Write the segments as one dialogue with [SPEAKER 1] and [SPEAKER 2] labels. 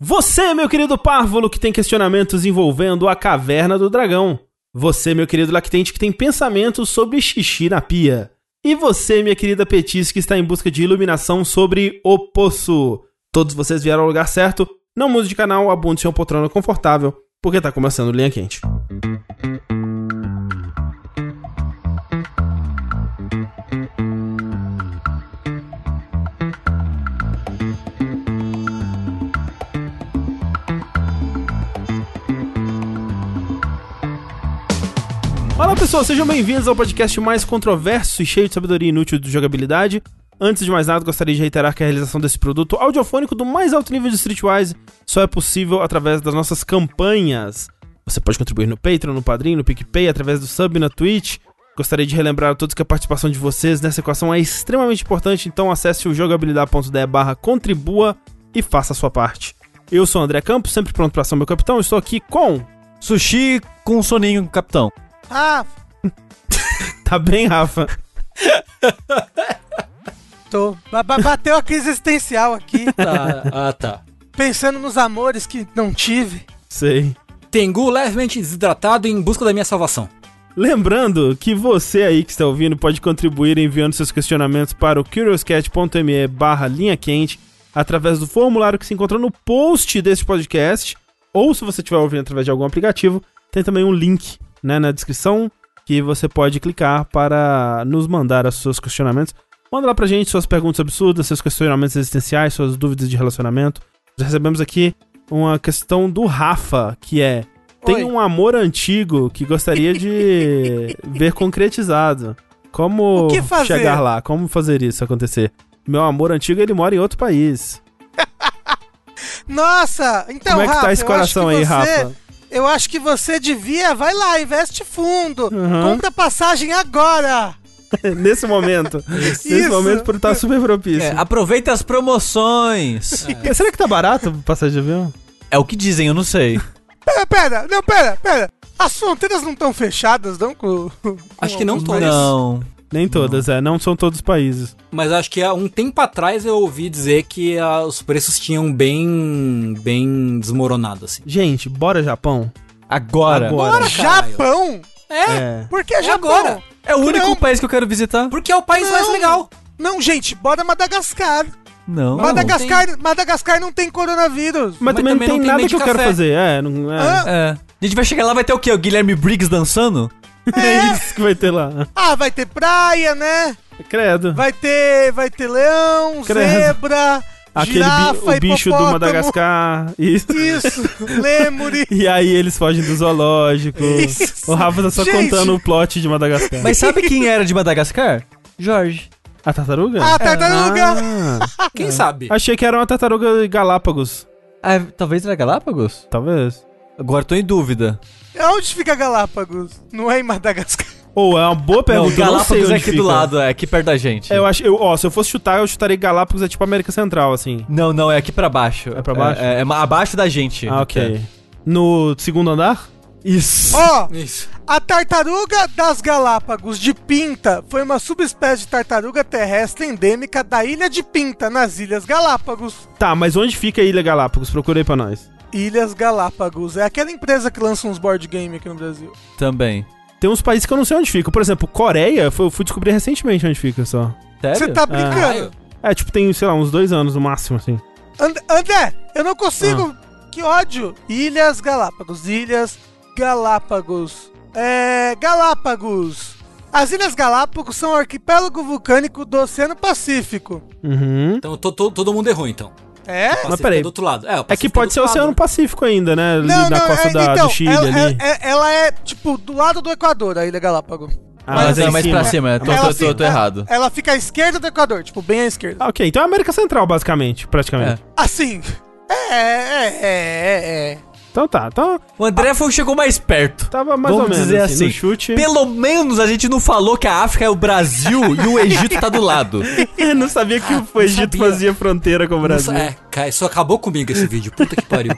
[SPEAKER 1] Você, meu querido párvulo, que tem questionamentos envolvendo a caverna do dragão. Você, meu querido lactente, que tem pensamentos sobre xixi na pia. E você, minha querida Petis, que está em busca de iluminação sobre o poço. Todos vocês vieram ao lugar certo. Não mude de canal, abunde seu poltrona confortável, porque tá começando Linha Quente. Olá pessoal, sejam bem-vindos ao podcast mais controverso e cheio de sabedoria inútil de jogabilidade. Antes de mais nada, gostaria de reiterar que a realização desse produto audiofônico do mais alto nível de Streetwise só é possível através das nossas campanhas. Você pode contribuir no Patreon, no Padrim, no PicPay, através do sub na Twitch. Gostaria de relembrar a todos que a participação de vocês nessa equação é extremamente importante, então acesse o jogabilidade.de barra contribua e faça a sua parte. Eu sou o André Campos, sempre pronto pra ação, meu capitão, estou aqui com...
[SPEAKER 2] Sushi com soninho, capitão.
[SPEAKER 3] Ah,
[SPEAKER 1] Tá bem, Rafa?
[SPEAKER 3] tô. Ba- ba- Bateu a crise existencial aqui,
[SPEAKER 2] Tá, ah, tá.
[SPEAKER 3] pensando nos amores que não tive.
[SPEAKER 1] Sei.
[SPEAKER 2] Tengu levemente desidratado em busca da minha salvação.
[SPEAKER 1] Lembrando que você aí que está ouvindo pode contribuir enviando seus questionamentos para o curiouscat.me barra linha quente através do formulário que se encontra no post deste podcast ou se você estiver ouvindo através de algum aplicativo, tem também um link né, na descrição que você pode clicar para nos mandar os seus questionamentos. Manda lá pra gente suas perguntas absurdas, seus questionamentos existenciais, suas dúvidas de relacionamento. Nós recebemos aqui uma questão do Rafa, que é tem
[SPEAKER 3] Oi.
[SPEAKER 1] um amor antigo que gostaria de ver concretizado. Como
[SPEAKER 3] O que fazer?
[SPEAKER 1] chegar lá? Como fazer isso acontecer? Meu amor antigo, ele mora em outro país.
[SPEAKER 3] Nossa, então,
[SPEAKER 1] Como é que
[SPEAKER 3] Rafa,
[SPEAKER 1] tá esse
[SPEAKER 3] eu acho
[SPEAKER 1] coração aí,
[SPEAKER 3] que você-
[SPEAKER 1] Rafa?
[SPEAKER 3] Eu acho que você devia, vai lá, investe fundo.
[SPEAKER 1] Uhum.
[SPEAKER 3] Compra passagem agora.
[SPEAKER 1] Nesse momento. Nesse
[SPEAKER 3] Isso.
[SPEAKER 1] momento, por estar super propício.
[SPEAKER 4] É, aproveita as promoções.
[SPEAKER 1] Será que tá barato passagem de avião?
[SPEAKER 4] É o que dizem, eu não sei.
[SPEAKER 3] Pera, É, pera, não, pera, pera. As fronteiras não estão fechadas, não? Com, com
[SPEAKER 2] Acho que não
[SPEAKER 3] alguns
[SPEAKER 2] todas.
[SPEAKER 3] países?
[SPEAKER 4] Não.
[SPEAKER 1] Nem todas, é. Não são todos os países.
[SPEAKER 2] Mas acho que há um tempo atrás eu ouvi dizer que ah, os preços tinham bem. bem desmoronado, assim.
[SPEAKER 1] Gente, bora Japão.
[SPEAKER 4] Agora.
[SPEAKER 1] Agora.
[SPEAKER 2] Bora, caralho.
[SPEAKER 3] Japão?
[SPEAKER 2] É,
[SPEAKER 1] É.
[SPEAKER 3] Por que Japão?
[SPEAKER 2] agora.
[SPEAKER 4] É o único
[SPEAKER 3] Não.
[SPEAKER 4] país que eu quero visitar.
[SPEAKER 2] porque é o país mais
[SPEAKER 3] Não.
[SPEAKER 2] legal.
[SPEAKER 3] Não, gente, bora Madagascar.
[SPEAKER 4] Não.
[SPEAKER 3] Madagascar, Madagascar não tem coronavírus.
[SPEAKER 1] Mas, também, não tem, nada
[SPEAKER 2] meio
[SPEAKER 1] que
[SPEAKER 2] de
[SPEAKER 1] eu quero
[SPEAKER 2] café.
[SPEAKER 1] fazer. É, não é.
[SPEAKER 3] Hã?
[SPEAKER 4] É. A gente vai chegar lá, vai ter o quê? O Guilherme Briggs dançando?
[SPEAKER 1] É isso que vai ter lá.
[SPEAKER 3] Ah, vai ter praia, né?
[SPEAKER 1] Credo.
[SPEAKER 3] Vai ter, vai ter leão,
[SPEAKER 1] Credo.
[SPEAKER 3] zebra,
[SPEAKER 1] Aquele bi-
[SPEAKER 3] girafa,
[SPEAKER 1] o bicho do
[SPEAKER 3] hipopótamo.
[SPEAKER 1] Madagascar. Isso.
[SPEAKER 3] Isso, lêmure.
[SPEAKER 1] E aí eles fogem do zoológico.
[SPEAKER 3] Isso.
[SPEAKER 1] O Rafa tá só
[SPEAKER 3] Gente.
[SPEAKER 1] contando o plot de Madagascar.
[SPEAKER 4] Mas sabe quem era de Madagascar? Jorge.
[SPEAKER 1] A tartaruga?
[SPEAKER 3] A Ah, tartaruga.
[SPEAKER 1] Ah,
[SPEAKER 2] Quem sabe?
[SPEAKER 1] achei que era uma tartaruga Galápagos,
[SPEAKER 4] Ah, talvez era Galápagos?
[SPEAKER 1] talvez.
[SPEAKER 4] Agora tô em dúvida.
[SPEAKER 3] É Onde fica Galápagos? Não é em Madagascar.
[SPEAKER 1] Ou é uma boa pergunta,
[SPEAKER 4] não,
[SPEAKER 1] eu não sei
[SPEAKER 4] Galápagos
[SPEAKER 1] onde
[SPEAKER 4] é aqui
[SPEAKER 1] fica.
[SPEAKER 4] do lado, é aqui perto da gente.
[SPEAKER 1] É, eu acho, eu, ó, se eu fosse chutar, eu chutaria Galápagos, é tipo América Central, assim.
[SPEAKER 4] Não, não, é aqui pra baixo.
[SPEAKER 1] É pra baixo?
[SPEAKER 4] É, é ma- abaixo da gente. É,
[SPEAKER 1] Ah, ok. No segundo andar?
[SPEAKER 4] Isso.
[SPEAKER 3] Ó,
[SPEAKER 2] Isso.
[SPEAKER 3] a tartaruga das Galápagos de Pinta foi uma subespécie de tartaruga terrestre endêmica da ilha de Pinta, nas Ilhas Galápagos.
[SPEAKER 1] Tá, mas onde fica a Ilha Galápagos? Procurei pra nós.
[SPEAKER 3] Ilhas Galápagos. É aquela empresa que lança uns board game aqui no Brasil.
[SPEAKER 4] Também.
[SPEAKER 1] Tem uns países que eu não sei onde fica. Por exemplo, Coreia, eu fui- eu fui descobrir recentemente onde fica só.
[SPEAKER 4] Sério?
[SPEAKER 3] Você tá brincando.
[SPEAKER 1] É, tipo, tem, sei lá, uns dois anos no máximo, assim.
[SPEAKER 3] And- André, eu não consigo.
[SPEAKER 4] Ah.
[SPEAKER 3] Que ódio. Ilhas Galápagos. Ilhas Galápagos. É. Galápagos. As Ilhas Galápagos são o arquipélago vulcânico do Oceano Pacífico.
[SPEAKER 1] Uhum.
[SPEAKER 2] Então to- to- todo mundo é ruim, então.
[SPEAKER 3] É?
[SPEAKER 2] Pacífico
[SPEAKER 1] peraí.
[SPEAKER 2] É do outro lado. É, o
[SPEAKER 1] É que
[SPEAKER 2] Pacífico
[SPEAKER 1] pode
[SPEAKER 2] do
[SPEAKER 1] ser o
[SPEAKER 2] outro
[SPEAKER 1] Oceano
[SPEAKER 2] lado.
[SPEAKER 1] Pacífico ainda, né? Ali
[SPEAKER 3] Não,
[SPEAKER 1] na
[SPEAKER 3] não,
[SPEAKER 1] costa
[SPEAKER 3] é,
[SPEAKER 1] da-
[SPEAKER 3] então,
[SPEAKER 1] do Chile
[SPEAKER 3] ela,
[SPEAKER 1] ali.
[SPEAKER 3] é- é- ela é, tipo, do lado do Equador, a Ilha Galápago.
[SPEAKER 1] Ah,
[SPEAKER 4] Mas,
[SPEAKER 1] mas
[SPEAKER 4] é
[SPEAKER 1] em
[SPEAKER 4] mais
[SPEAKER 1] cima.
[SPEAKER 4] pra cima, tô,
[SPEAKER 3] Ela
[SPEAKER 4] tô, tô, tô
[SPEAKER 3] fica-
[SPEAKER 4] errado.
[SPEAKER 3] Ela fica à esquerda do Equador, tipo, bem à esquerda.
[SPEAKER 1] Ah, ok, então é América Central, basicamente, praticamente.
[SPEAKER 3] Assim. É, é, é, é, é.
[SPEAKER 1] Então tá, então
[SPEAKER 4] O André foi o que chegou mais perto.
[SPEAKER 1] tava mais ou
[SPEAKER 4] Vamos
[SPEAKER 1] menos.
[SPEAKER 4] dizer assim,
[SPEAKER 1] no chute.
[SPEAKER 4] Pelo menos a gente não falou que a África é o Brasil e o Egito tá do lado.
[SPEAKER 1] Eu não sabia que o Egito
[SPEAKER 2] sabia.
[SPEAKER 1] fazia fronteira com o Brasil.
[SPEAKER 2] Nossa, é, cara, isso acabou comigo esse vídeo. Puta que pariu.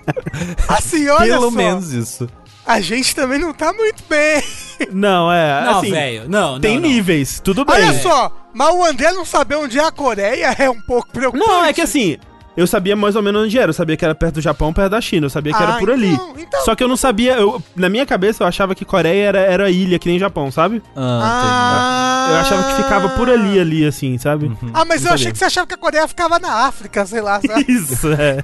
[SPEAKER 3] Assim, olha
[SPEAKER 4] Pelo
[SPEAKER 3] só.
[SPEAKER 4] menos isso.
[SPEAKER 3] A gente também não tá muito bem.
[SPEAKER 1] Não, é.
[SPEAKER 2] Não,
[SPEAKER 1] assim,
[SPEAKER 2] velho. Não, não.
[SPEAKER 1] tem
[SPEAKER 2] não.
[SPEAKER 1] níveis, tudo bem.
[SPEAKER 3] Olha só, mas o André não saber onde é a Coreia é um pouco preocupante.
[SPEAKER 1] Não, é que assim, eu sabia mais ou menos onde era. Eu sabia que era perto do Japão, perto da China. Eu sabia que
[SPEAKER 3] Ah,
[SPEAKER 1] era por ali.
[SPEAKER 3] então- então-
[SPEAKER 1] Só que eu não sabia. eu- na minha cabeça, eu achava que Coreia era, era ilha, que nem Japão, sabe?
[SPEAKER 4] Ah,
[SPEAKER 3] Ah,
[SPEAKER 1] Eu achava que ficava por ali, ali, assim, sabe?
[SPEAKER 3] Ah, mas
[SPEAKER 1] Não
[SPEAKER 3] eu
[SPEAKER 1] sabia.
[SPEAKER 3] achei que você achava que a Coreia ficava na África, sei lá, sabe?
[SPEAKER 1] Isso, é.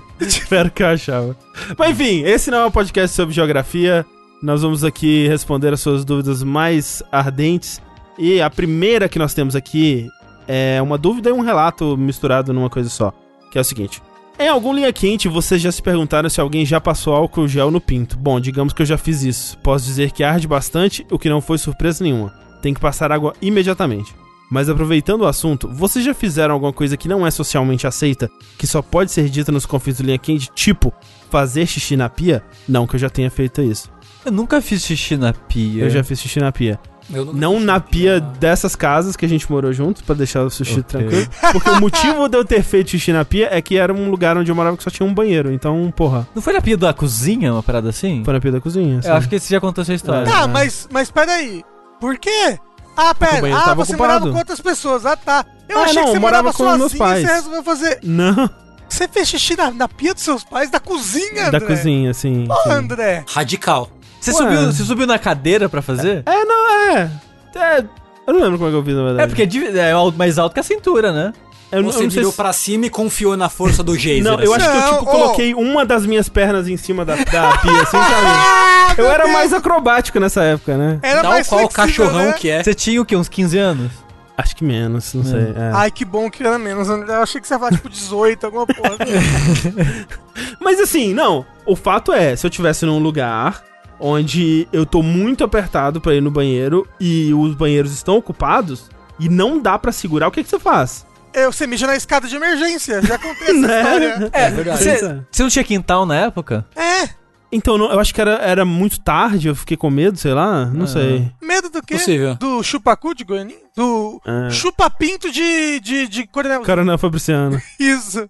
[SPEAKER 1] Era o que eu achava. Mas enfim, esse não é um podcast sobre geografia. Nós vamos aqui responder as suas dúvidas mais ardentes. E a primeira que nós temos aqui é uma dúvida e um relato misturado numa coisa só. Que é o seguinte. Em algum linha quente, vocês já se perguntaram se alguém já passou álcool gel no pinto. Bom, digamos que eu já fiz isso. Posso dizer que arde bastante, o que não foi surpresa nenhuma. Tem que passar água imediatamente. Mas aproveitando o assunto, vocês já fizeram alguma coisa que não é socialmente aceita, que só pode ser dita nos confins do linha quente, tipo fazer xixi na pia? Não que eu já tenha feito isso.
[SPEAKER 4] eu nunca fiz xixi na pia.
[SPEAKER 1] Eu já fiz xixi na pia.
[SPEAKER 2] Eu nunca
[SPEAKER 1] Não
[SPEAKER 2] fiz
[SPEAKER 1] na
[SPEAKER 2] xixi
[SPEAKER 1] pia dessas casas que a gente morou junto, pra deixar o sushi
[SPEAKER 4] Ok.
[SPEAKER 1] tranquilo. Porque o motivo de eu ter feito xixi na pia é que era um lugar onde eu morava que só tinha um banheiro. Então, porra,
[SPEAKER 4] Não foi na pia da cozinha, uma parada assim?
[SPEAKER 1] foi na pia da cozinha. assim.
[SPEAKER 4] Eu acho que você já contou essa história.
[SPEAKER 1] É.
[SPEAKER 3] Tá, mas, mas peraí. Por quê?
[SPEAKER 1] Porque
[SPEAKER 3] Ah,
[SPEAKER 1] o
[SPEAKER 3] pera.
[SPEAKER 1] banheiro
[SPEAKER 3] Ah,
[SPEAKER 1] tava
[SPEAKER 3] você
[SPEAKER 1] ocupado.
[SPEAKER 3] morava com outras pessoas. Ah, tá. Eu
[SPEAKER 1] Ah,
[SPEAKER 3] achei
[SPEAKER 1] não,
[SPEAKER 3] que você
[SPEAKER 1] eu
[SPEAKER 3] morava,
[SPEAKER 1] morava com os
[SPEAKER 3] sozinho
[SPEAKER 1] meus
[SPEAKER 3] e você
[SPEAKER 1] pais.
[SPEAKER 3] resolveu fazer.
[SPEAKER 1] Não,
[SPEAKER 3] Você fez xixi na, na pia dos seus pais da cozinha,
[SPEAKER 1] da
[SPEAKER 3] André.
[SPEAKER 1] cozinha, assim.
[SPEAKER 3] Ô,
[SPEAKER 1] assim.
[SPEAKER 3] André.
[SPEAKER 2] Radical.
[SPEAKER 4] Você,
[SPEAKER 1] Ué.
[SPEAKER 4] subiu, você subiu na cadeira pra fazer?
[SPEAKER 1] É, não, é. É. Eu não lembro como é que eu fiz, na
[SPEAKER 4] É,
[SPEAKER 1] verdade.
[SPEAKER 4] porque é divi- é al- mais alto que a cintura, né?
[SPEAKER 1] eu, não- eu
[SPEAKER 2] Você
[SPEAKER 1] não sei
[SPEAKER 2] virou
[SPEAKER 1] se-
[SPEAKER 2] pra cima e confiou na força do geyser.
[SPEAKER 1] Não, eu
[SPEAKER 2] assim.
[SPEAKER 1] acho que eu,
[SPEAKER 3] Não,
[SPEAKER 1] tipo,
[SPEAKER 3] ô.
[SPEAKER 1] coloquei uma das minhas pernas em cima da, da pia, assim, sabe?
[SPEAKER 3] Ah,
[SPEAKER 1] Eu
[SPEAKER 3] meu
[SPEAKER 1] era
[SPEAKER 3] Deus.
[SPEAKER 1] mais acrobático nessa época, né?
[SPEAKER 3] Era
[SPEAKER 2] Não
[SPEAKER 3] é mais
[SPEAKER 2] qual
[SPEAKER 3] flexível,
[SPEAKER 2] cachorrão
[SPEAKER 3] né?
[SPEAKER 2] que é.
[SPEAKER 4] Você tinha o quê? Uns 15 anos?
[SPEAKER 1] Acho que menos, não sei. é.
[SPEAKER 3] Ai, que bom que era menos, André. Eu achei que você ia falar tipo 18, alguma porra.
[SPEAKER 1] Mas assim, não. O fato é, se eu tivesse num lugar onde eu tô muito apertado pra ir no banheiro e os banheiros estão ocupados e não dá pra segurar, o que que você faz?
[SPEAKER 3] Eu, É, você mija na escada de emergência. Já contei essa
[SPEAKER 1] Né?
[SPEAKER 3] história.
[SPEAKER 4] É,
[SPEAKER 2] verdade.
[SPEAKER 4] Você, você não tinha quintal na época?
[SPEAKER 3] É,
[SPEAKER 1] Então, não- eu acho que era, era muito tarde, eu fiquei com medo, sei lá, não
[SPEAKER 4] Ah.
[SPEAKER 1] sei.
[SPEAKER 3] medo do quê?
[SPEAKER 2] Possível.
[SPEAKER 3] Do chupacu de Goiânia? Do
[SPEAKER 1] É.
[SPEAKER 3] chupa-pinto de, de, de Coronel.
[SPEAKER 1] Cara, não, é Fabriciano.
[SPEAKER 3] Isso.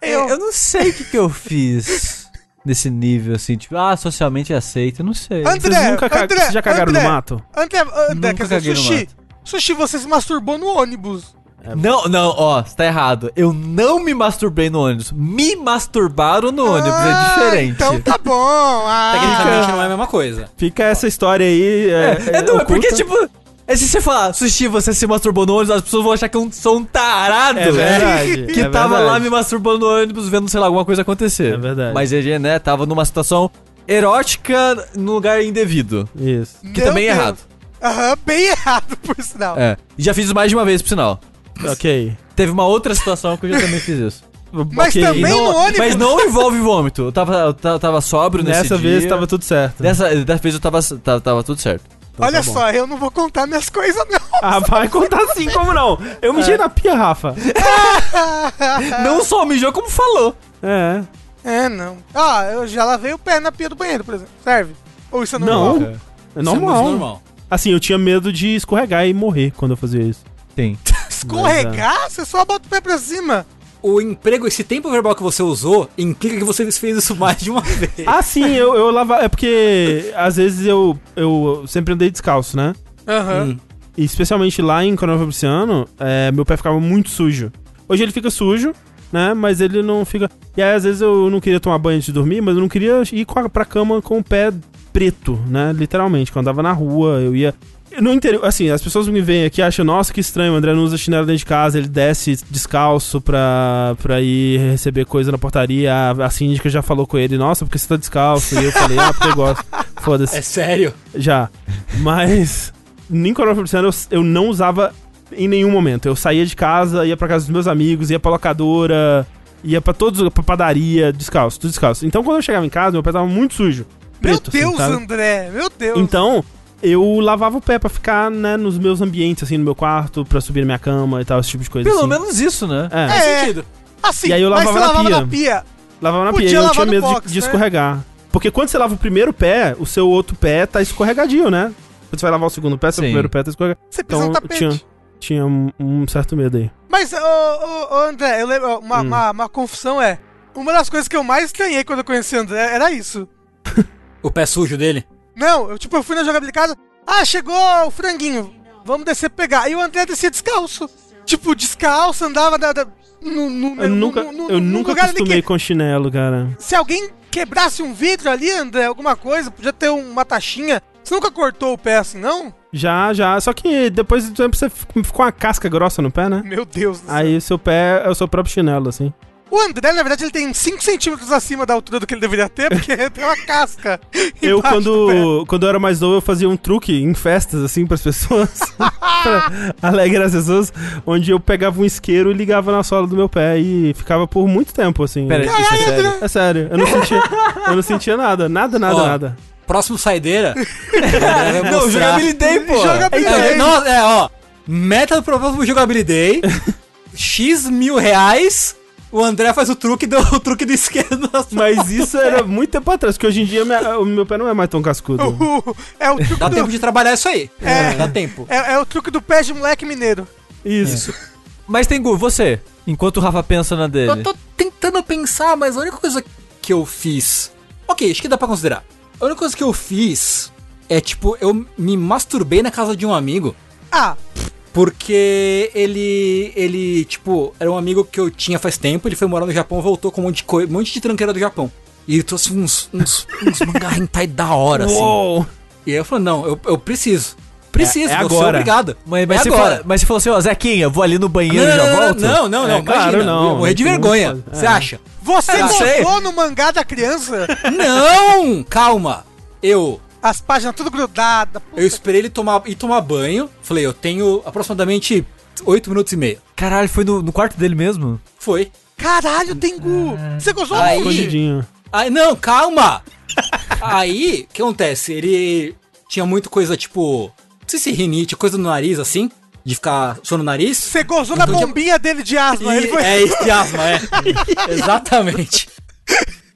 [SPEAKER 1] É,
[SPEAKER 4] É, Eu, não sei o que, que eu fiz nesse nível, assim, tipo, ah, socialmente aceito, eu não sei.
[SPEAKER 3] André,
[SPEAKER 1] Vocês nunca ca-
[SPEAKER 3] André,
[SPEAKER 1] vocês já cagaram
[SPEAKER 3] André.
[SPEAKER 1] no mato?
[SPEAKER 3] André, André
[SPEAKER 4] Nunca
[SPEAKER 3] quer dizer,
[SPEAKER 4] caguei no
[SPEAKER 3] sushi. Sushi, você se masturbou no ônibus.
[SPEAKER 4] Não, não, ó, você tá errado. Eu não me masturbei no ônibus. Me masturbaram no ônibus,
[SPEAKER 3] Ah,
[SPEAKER 4] é diferente.
[SPEAKER 3] Então tá bom. Ah,
[SPEAKER 2] Tecnicamente não é a mesma coisa.
[SPEAKER 1] Fica essa história aí. É,
[SPEAKER 4] É, não, é porque,
[SPEAKER 1] oculta.
[SPEAKER 4] tipo, é se você falar, sushi, você se masturbou no ônibus, as pessoas vão achar que eu sou um tarado.
[SPEAKER 1] É verdade.
[SPEAKER 4] Que
[SPEAKER 1] é
[SPEAKER 4] tava
[SPEAKER 1] verdade.
[SPEAKER 4] lá me masturbando no ônibus, vendo, sei lá, alguma coisa acontecer.
[SPEAKER 1] É verdade.
[SPEAKER 4] Mas ele, né, tava numa situação erótica num lugar indevido.
[SPEAKER 1] Isso.
[SPEAKER 4] Que também é errado.
[SPEAKER 3] Aham, bem errado, por sinal.
[SPEAKER 4] É. E Já fiz isso mais de uma vez, por sinal.
[SPEAKER 1] Ok.
[SPEAKER 4] Teve uma outra situação que eu já também fiz isso.
[SPEAKER 3] Mas
[SPEAKER 1] Ok.
[SPEAKER 4] E
[SPEAKER 3] também- Bem
[SPEAKER 4] não-
[SPEAKER 3] no ônibus.
[SPEAKER 4] Mas não envolve vômito. Eu tava, eu tava, tava sóbrio nesse
[SPEAKER 1] Dessa
[SPEAKER 4] dia.
[SPEAKER 1] vez tava tudo certo.
[SPEAKER 4] Dessa, dessa vez eu tava, tava, tava tudo certo.
[SPEAKER 1] Então
[SPEAKER 3] Olha
[SPEAKER 1] tá bom.
[SPEAKER 3] só, eu não vou contar minhas coisas, não.
[SPEAKER 1] Ah, vai contar sim, como não? Eu mijei na pia, Rafa.
[SPEAKER 4] Não só mijou, como falou.
[SPEAKER 1] É.
[SPEAKER 3] É, não. Ah, eu já lavei o pé na pia do banheiro, por exemplo. Serve? Ou isso é normal?
[SPEAKER 1] Não.
[SPEAKER 4] É.
[SPEAKER 1] É
[SPEAKER 2] Isso é muito
[SPEAKER 1] normal.
[SPEAKER 2] normal.
[SPEAKER 1] Assim, eu tinha medo de escorregar e morrer quando eu fazia isso.
[SPEAKER 4] Tem.
[SPEAKER 3] Escorregar, você só bota o pé pra cima.
[SPEAKER 2] O emprego, esse tempo verbal que você usou, implica que você fez isso mais de uma vez.
[SPEAKER 1] Ah, sim, eu, eu lavava. É porque às vezes eu, eu sempre andei descalço, né?
[SPEAKER 3] Aham.
[SPEAKER 2] Hum.
[SPEAKER 1] E especialmente lá em Coronel Fabriciano, é, meu pé ficava muito sujo. Hoje ele fica sujo, né? Mas ele não fica. E aí, às vezes, eu não queria tomar banho antes de dormir, mas eu não queria ir com a- pra cama com o pé preto, né? Literalmente. Quando eu andava na rua, eu ia. Eu não entendo. Assim, as pessoas me veem aqui e acham, nossa, que estranho, o André não usa chinelo dentro de casa, ele desce descalço pra, pra ir receber coisa na portaria. A, a síndica já falou com ele, nossa, porque você tá descalço? E eu falei, ah, porque eu gosto. Foda-se.
[SPEAKER 2] É sério?
[SPEAKER 1] Já. Mas nem quando eu era profissional, eu, eu não usava em nenhum momento. Eu saía de casa, ia pra casa dos meus amigos, ia pra locadora, ia pra todos, pra padaria, descalço, tudo descalço. Então quando eu chegava em casa, meu pé tava muito sujo.
[SPEAKER 3] Meu
[SPEAKER 1] Preto, assim,
[SPEAKER 3] Deus,
[SPEAKER 1] sabe?
[SPEAKER 3] André. Meu Deus.
[SPEAKER 1] Então, eu lavava o pé pra ficar, né, nos meus ambientes, assim, no meu quarto, pra subir na minha cama e tal, esse tipo de coisa.
[SPEAKER 4] Pelo
[SPEAKER 1] assim.
[SPEAKER 4] menos isso, né?
[SPEAKER 1] É,
[SPEAKER 3] é,
[SPEAKER 2] Sentido.
[SPEAKER 3] assim,
[SPEAKER 1] E aí eu
[SPEAKER 3] mas
[SPEAKER 1] lavava
[SPEAKER 3] você
[SPEAKER 1] na
[SPEAKER 3] lavava
[SPEAKER 1] pia.
[SPEAKER 3] na pia.
[SPEAKER 1] lavava na
[SPEAKER 3] Podia
[SPEAKER 1] pia e eu
[SPEAKER 3] lavar
[SPEAKER 1] tinha
[SPEAKER 3] no
[SPEAKER 1] medo de-
[SPEAKER 3] box,
[SPEAKER 1] de,
[SPEAKER 3] né?
[SPEAKER 1] escorregar. Porque quando você lava o primeiro pé, o seu outro pé tá escorregadinho, né? Quando você vai lavar o segundo pé, seu
[SPEAKER 4] Sim.
[SPEAKER 1] primeiro pé tá escorregadinho.
[SPEAKER 3] Você pisa
[SPEAKER 1] Então
[SPEAKER 3] no tapete.
[SPEAKER 1] tinha, tinha um, um certo medo aí.
[SPEAKER 3] Mas, ô, ô, ô, André, eu lembro, ó, uma,
[SPEAKER 1] Hum.
[SPEAKER 3] uma, uma confusão é... Uma das coisas que eu mais estranhei quando eu conheci o André era isso.
[SPEAKER 2] O pé sujo dele?
[SPEAKER 3] Não, eu tipo, eu fui na jogabilidade de casa. Ah, chegou o franguinho. Vamos descer pegar. E o André descia descalço. Tipo, descalço, andava da, da- no, no,
[SPEAKER 1] Eu nunca,
[SPEAKER 3] no- no-
[SPEAKER 1] eu
[SPEAKER 3] no
[SPEAKER 1] nunca
[SPEAKER 3] lugar ali que-
[SPEAKER 1] acostumei com chinelo, cara.
[SPEAKER 3] Se alguém quebrasse um vidro ali, André, alguma coisa, podia ter um- uma taxinha. Você nunca cortou o pé assim, não?
[SPEAKER 1] Já, já. Só que depois do tempo você fica fica com uma casca grossa no pé, né?
[SPEAKER 3] Meu Deus do céu.
[SPEAKER 1] Aí o seu pé é o seu próprio chinelo, assim.
[SPEAKER 3] O André, na verdade, ele tem 5 centímetros acima da altura do que ele deveria ter, porque tem uma casca.
[SPEAKER 1] Eu,
[SPEAKER 3] embaixo do pé.
[SPEAKER 1] quando, quando eu era mais novo, eu fazia um truque em festas, assim, pras pessoas. pra alegrar as pessoas. Onde eu pegava um isqueiro e ligava na sola do meu pé e ficava por muito tempo, assim.
[SPEAKER 4] Pera, isso é sério.
[SPEAKER 1] É sério, eu não sentia, eu não sentia nada. Nada, nada,
[SPEAKER 2] Ó,
[SPEAKER 1] nada.
[SPEAKER 2] Próximo saideira. André vai
[SPEAKER 4] Não,
[SPEAKER 2] mostrar-
[SPEAKER 4] jogabilidade, pô.
[SPEAKER 2] É,
[SPEAKER 3] Jogabilidade.
[SPEAKER 2] é, não, é, ó. Meta do próximo jogabilidade. X mil reais. O André faz o truque do, o truque do esquerdo. nas-
[SPEAKER 1] Mas isso era muito tempo atrás, porque hoje em dia minha- o meu pé não é mais tão cascudo.
[SPEAKER 3] O- é, o truque
[SPEAKER 2] Dá tempo
[SPEAKER 3] do,
[SPEAKER 2] de trabalhar isso aí.
[SPEAKER 3] É.
[SPEAKER 2] Dá tempo.
[SPEAKER 3] é, é o truque do pé de moleque mineiro.
[SPEAKER 1] Isso.
[SPEAKER 4] Mas Tengu, você, enquanto o Rafa pensa na
[SPEAKER 2] Eu
[SPEAKER 4] dele.
[SPEAKER 2] tô tentando pensar, mas a única coisa que eu fiz. Ok, acho que dá pra considerar. A única coisa que eu fiz é tipo, eu me masturbei na casa de um amigo.
[SPEAKER 3] Ah,
[SPEAKER 2] Porque ele. Ele, tipo, era um amigo que eu tinha faz tempo, ele foi morar no Japão, voltou com um monte de coisa, um monte de tranqueira do Japão. E ele trouxe uns, uns, uns mangá hentai da hora, assim.
[SPEAKER 1] Uou!
[SPEAKER 2] E aí eu falei, não, eu, eu preciso. Preciso,
[SPEAKER 1] É- é
[SPEAKER 2] eu sou
[SPEAKER 1] agora.
[SPEAKER 2] obrigado.
[SPEAKER 4] Mas, mas
[SPEAKER 2] é
[SPEAKER 4] você
[SPEAKER 2] agora.
[SPEAKER 4] fala- mas você falou assim, ó, Zequinha, eu vou ali no banheiro e
[SPEAKER 2] não,
[SPEAKER 4] já
[SPEAKER 2] não,
[SPEAKER 4] volto?
[SPEAKER 2] não, não, não, não,
[SPEAKER 1] É, claro,
[SPEAKER 2] imagina, eu ia
[SPEAKER 1] não,
[SPEAKER 2] morrer de
[SPEAKER 1] isso não
[SPEAKER 2] vergonha,
[SPEAKER 1] pode.
[SPEAKER 2] você
[SPEAKER 1] É.
[SPEAKER 2] acha?
[SPEAKER 3] você
[SPEAKER 2] Eu Ah, sei.
[SPEAKER 3] gozou no mangá da criança?
[SPEAKER 2] Não, calma. Eu
[SPEAKER 3] As páginas tudo grudadas.
[SPEAKER 2] eu esperei ele tomar e tomar banho. Falei, eu tenho aproximadamente 8 minutos e meio.
[SPEAKER 4] Caralho, foi no, no quarto dele mesmo?
[SPEAKER 2] Foi.
[SPEAKER 3] Caralho, Tengu! Você gozou
[SPEAKER 2] Aí-
[SPEAKER 3] onde?
[SPEAKER 1] Escondidinho.
[SPEAKER 2] Aí, não, calma. Aí, o que acontece? Ele tinha muita coisa tipo, não sei se rinite, coisa no nariz assim, de ficar só no nariz.
[SPEAKER 3] Você gozou na
[SPEAKER 2] Então,
[SPEAKER 3] bombinha dele de asma.
[SPEAKER 2] E-
[SPEAKER 3] Ele foi...
[SPEAKER 2] É esse asma, é. Exatamente.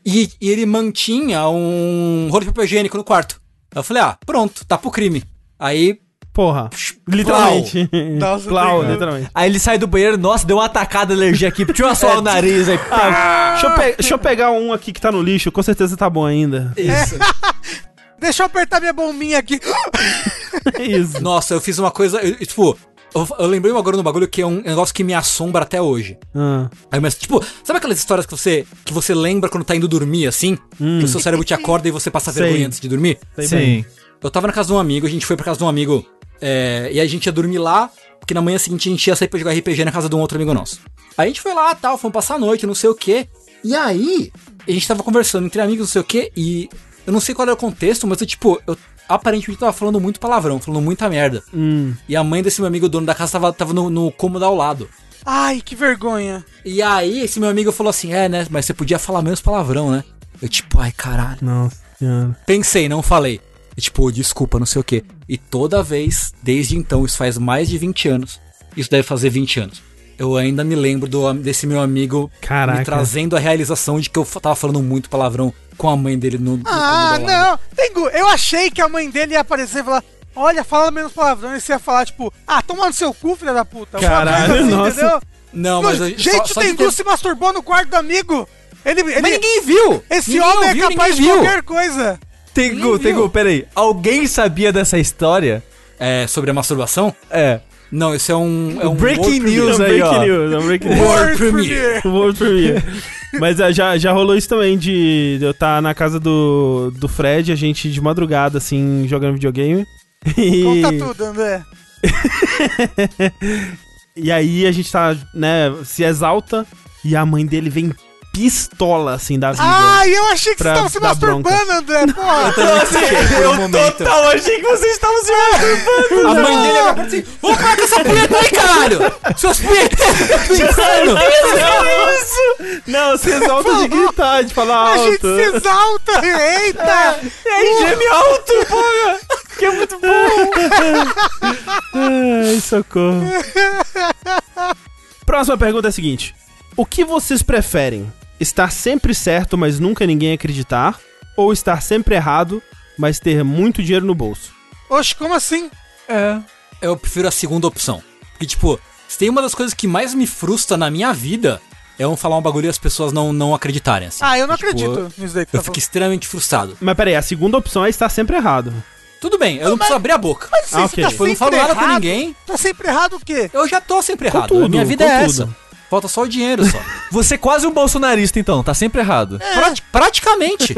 [SPEAKER 2] E, e ele mantinha um rolo de papel higiênico no quarto. Eu falei, ah, pronto, tá pro crime. Aí,
[SPEAKER 1] Porra. Literalmente.
[SPEAKER 2] literalmente.
[SPEAKER 3] Nossa,
[SPEAKER 1] Plau,
[SPEAKER 3] tem-
[SPEAKER 1] literalmente.
[SPEAKER 4] Aí ele sai do banheiro, nossa, deu uma atacada alergia aqui, tirou a
[SPEAKER 2] É,
[SPEAKER 4] sola no nariz aí.
[SPEAKER 1] Ah, deixa, eu pe- deixa eu pegar um aqui que tá no lixo, com certeza tá bom ainda.
[SPEAKER 2] Isso.
[SPEAKER 3] Deixa eu apertar minha bombinha aqui.
[SPEAKER 1] É isso.
[SPEAKER 2] Nossa, eu fiz uma coisa. Eu, eu, tipo, eu, eu lembrei agora no bagulho que é um negócio que me assombra até hoje.
[SPEAKER 1] Ah.
[SPEAKER 2] Aí, mas, tipo, sabe aquelas histórias que você, que você lembra quando tá indo dormir, assim? Que o seu cérebro te acorda e você passa
[SPEAKER 1] Sei.
[SPEAKER 2] vergonha antes de dormir?
[SPEAKER 1] Sei bem.
[SPEAKER 4] Sim.
[SPEAKER 2] Eu tava na casa de um amigo, a gente foi pra casa de um amigo, é, e a gente ia dormir lá, porque na manhã seguinte a gente ia sair pra jogar RPG na casa de um outro amigo nosso. Aí a gente foi lá, tal, fomos passar a noite, não sei o quê. E aí, a gente tava conversando entre amigos, não sei o quê, e eu não sei qual era o contexto, mas eu, tipo, eu aparentemente tava falando muito palavrão, falando muita merda.
[SPEAKER 1] Hum.
[SPEAKER 2] E a mãe desse meu amigo, o dono da casa, tava, tava no, no cômodo ao lado.
[SPEAKER 3] Ai, que vergonha.
[SPEAKER 2] E aí, esse meu amigo falou assim: é, né? Mas você podia falar menos palavrão, né? Eu, tipo, ai, caralho.
[SPEAKER 1] Nossa senhora.
[SPEAKER 2] Pensei, não falei. E, tipo, desculpa, não sei o quê. E toda vez, desde então, isso faz mais de 20 anos. Isso deve fazer 20 anos. Eu ainda me lembro do, am- desse meu amigo
[SPEAKER 1] Caraca.
[SPEAKER 2] me trazendo a realização de que eu fa- tava falando muito palavrão com a mãe dele no. no
[SPEAKER 3] Ah,
[SPEAKER 2] cômodo ao
[SPEAKER 3] não.
[SPEAKER 2] lado.
[SPEAKER 3] Tengu, eu achei que a mãe dele ia aparecer e falar... Olha, fala menos palavrão. E você ia falar, tipo... Ah, toma no seu cu, filha da puta. Uma
[SPEAKER 1] Caralho,
[SPEAKER 3] coisa assim,
[SPEAKER 1] nossa.
[SPEAKER 2] Não, mas. eu-
[SPEAKER 3] Gente,
[SPEAKER 2] só- só
[SPEAKER 3] o
[SPEAKER 2] de
[SPEAKER 3] Tengu
[SPEAKER 2] ter-
[SPEAKER 3] se masturbou no quarto do amigo. Ele... ele...
[SPEAKER 2] Mas ninguém viu!
[SPEAKER 3] Esse
[SPEAKER 2] Ninguém
[SPEAKER 3] homem
[SPEAKER 2] ouviu,
[SPEAKER 3] é capaz de
[SPEAKER 2] ninguém viu.
[SPEAKER 3] qualquer coisa.
[SPEAKER 4] Tengu,
[SPEAKER 2] Ninguém viu.
[SPEAKER 4] Tengu, peraí. Alguém sabia dessa história?
[SPEAKER 2] É, sobre a masturbação?
[SPEAKER 4] É.
[SPEAKER 2] Não, esse é um. É um
[SPEAKER 4] Breaking
[SPEAKER 2] outro-
[SPEAKER 4] news. Isso
[SPEAKER 1] É um
[SPEAKER 4] aí,
[SPEAKER 1] break
[SPEAKER 4] ó.
[SPEAKER 1] news, é um break news.
[SPEAKER 2] World premiere.
[SPEAKER 1] World Premiere. Mas ah, já, já rolou isso também de eu estar na casa do, do Fred, a gente de madrugada, assim, jogando videogame. E,
[SPEAKER 3] Conta tudo, André.
[SPEAKER 1] e aí a gente tá, né, se exalta e a mãe dele vem pistola, assim, da vida.
[SPEAKER 3] Ai, eu achei que
[SPEAKER 1] Pra
[SPEAKER 3] vocês estavam se
[SPEAKER 1] dar
[SPEAKER 3] masturbando,
[SPEAKER 1] bronca.
[SPEAKER 3] André. Porra. É,
[SPEAKER 2] Por um momento.
[SPEAKER 4] achei que vocês estavam se masturbando.
[SPEAKER 2] A mãe dele olhava pra ele assim: Vou parar com essa punheta aí, caralho! Seus punhetas! Insano!
[SPEAKER 1] Não, se exalta de gritar, de falar
[SPEAKER 3] A gente
[SPEAKER 1] alto.
[SPEAKER 3] se exalta! Eita!
[SPEAKER 1] é,
[SPEAKER 3] Uh.
[SPEAKER 4] Aí geme alto, porra. Que é muito bom.
[SPEAKER 1] Ai, socorro. Próxima pergunta é a seguinte: O que vocês preferem? Estar sempre certo, mas nunca ninguém acreditar? Ou estar sempre errado, mas ter muito dinheiro no bolso?
[SPEAKER 3] Oxe, como assim?
[SPEAKER 4] É.
[SPEAKER 2] Eu prefiro a segunda opção. Porque, tipo, se tem uma das coisas que mais me frustra na minha vida é eu falar um bagulho e as pessoas não, não acreditarem. Assim.
[SPEAKER 3] Ah, eu não
[SPEAKER 2] Tipo, eu-
[SPEAKER 3] acredito nisso daí que
[SPEAKER 2] Eu
[SPEAKER 3] tá
[SPEAKER 2] fico
[SPEAKER 3] falando.
[SPEAKER 2] extremamente frustrado.
[SPEAKER 1] Mas peraí, a segunda opção é estar sempre errado.
[SPEAKER 2] Tudo bem, eu não preciso abrir a boca.
[SPEAKER 3] Mas assim,
[SPEAKER 1] Ah,
[SPEAKER 3] você
[SPEAKER 1] ok.
[SPEAKER 3] tá
[SPEAKER 2] Tipo, eu
[SPEAKER 3] sempre
[SPEAKER 2] não falo nada
[SPEAKER 3] errado.
[SPEAKER 2] com ninguém.
[SPEAKER 3] Tá sempre errado o quê?
[SPEAKER 2] Eu já tô sempre
[SPEAKER 1] Com
[SPEAKER 2] errado.
[SPEAKER 1] tudo,
[SPEAKER 2] a minha vida
[SPEAKER 1] com
[SPEAKER 2] é
[SPEAKER 1] tudo.
[SPEAKER 2] essa. Falta só o dinheiro só.
[SPEAKER 4] Você é quase um bolsonarista, então, tá sempre errado.
[SPEAKER 2] Prati- praticamente.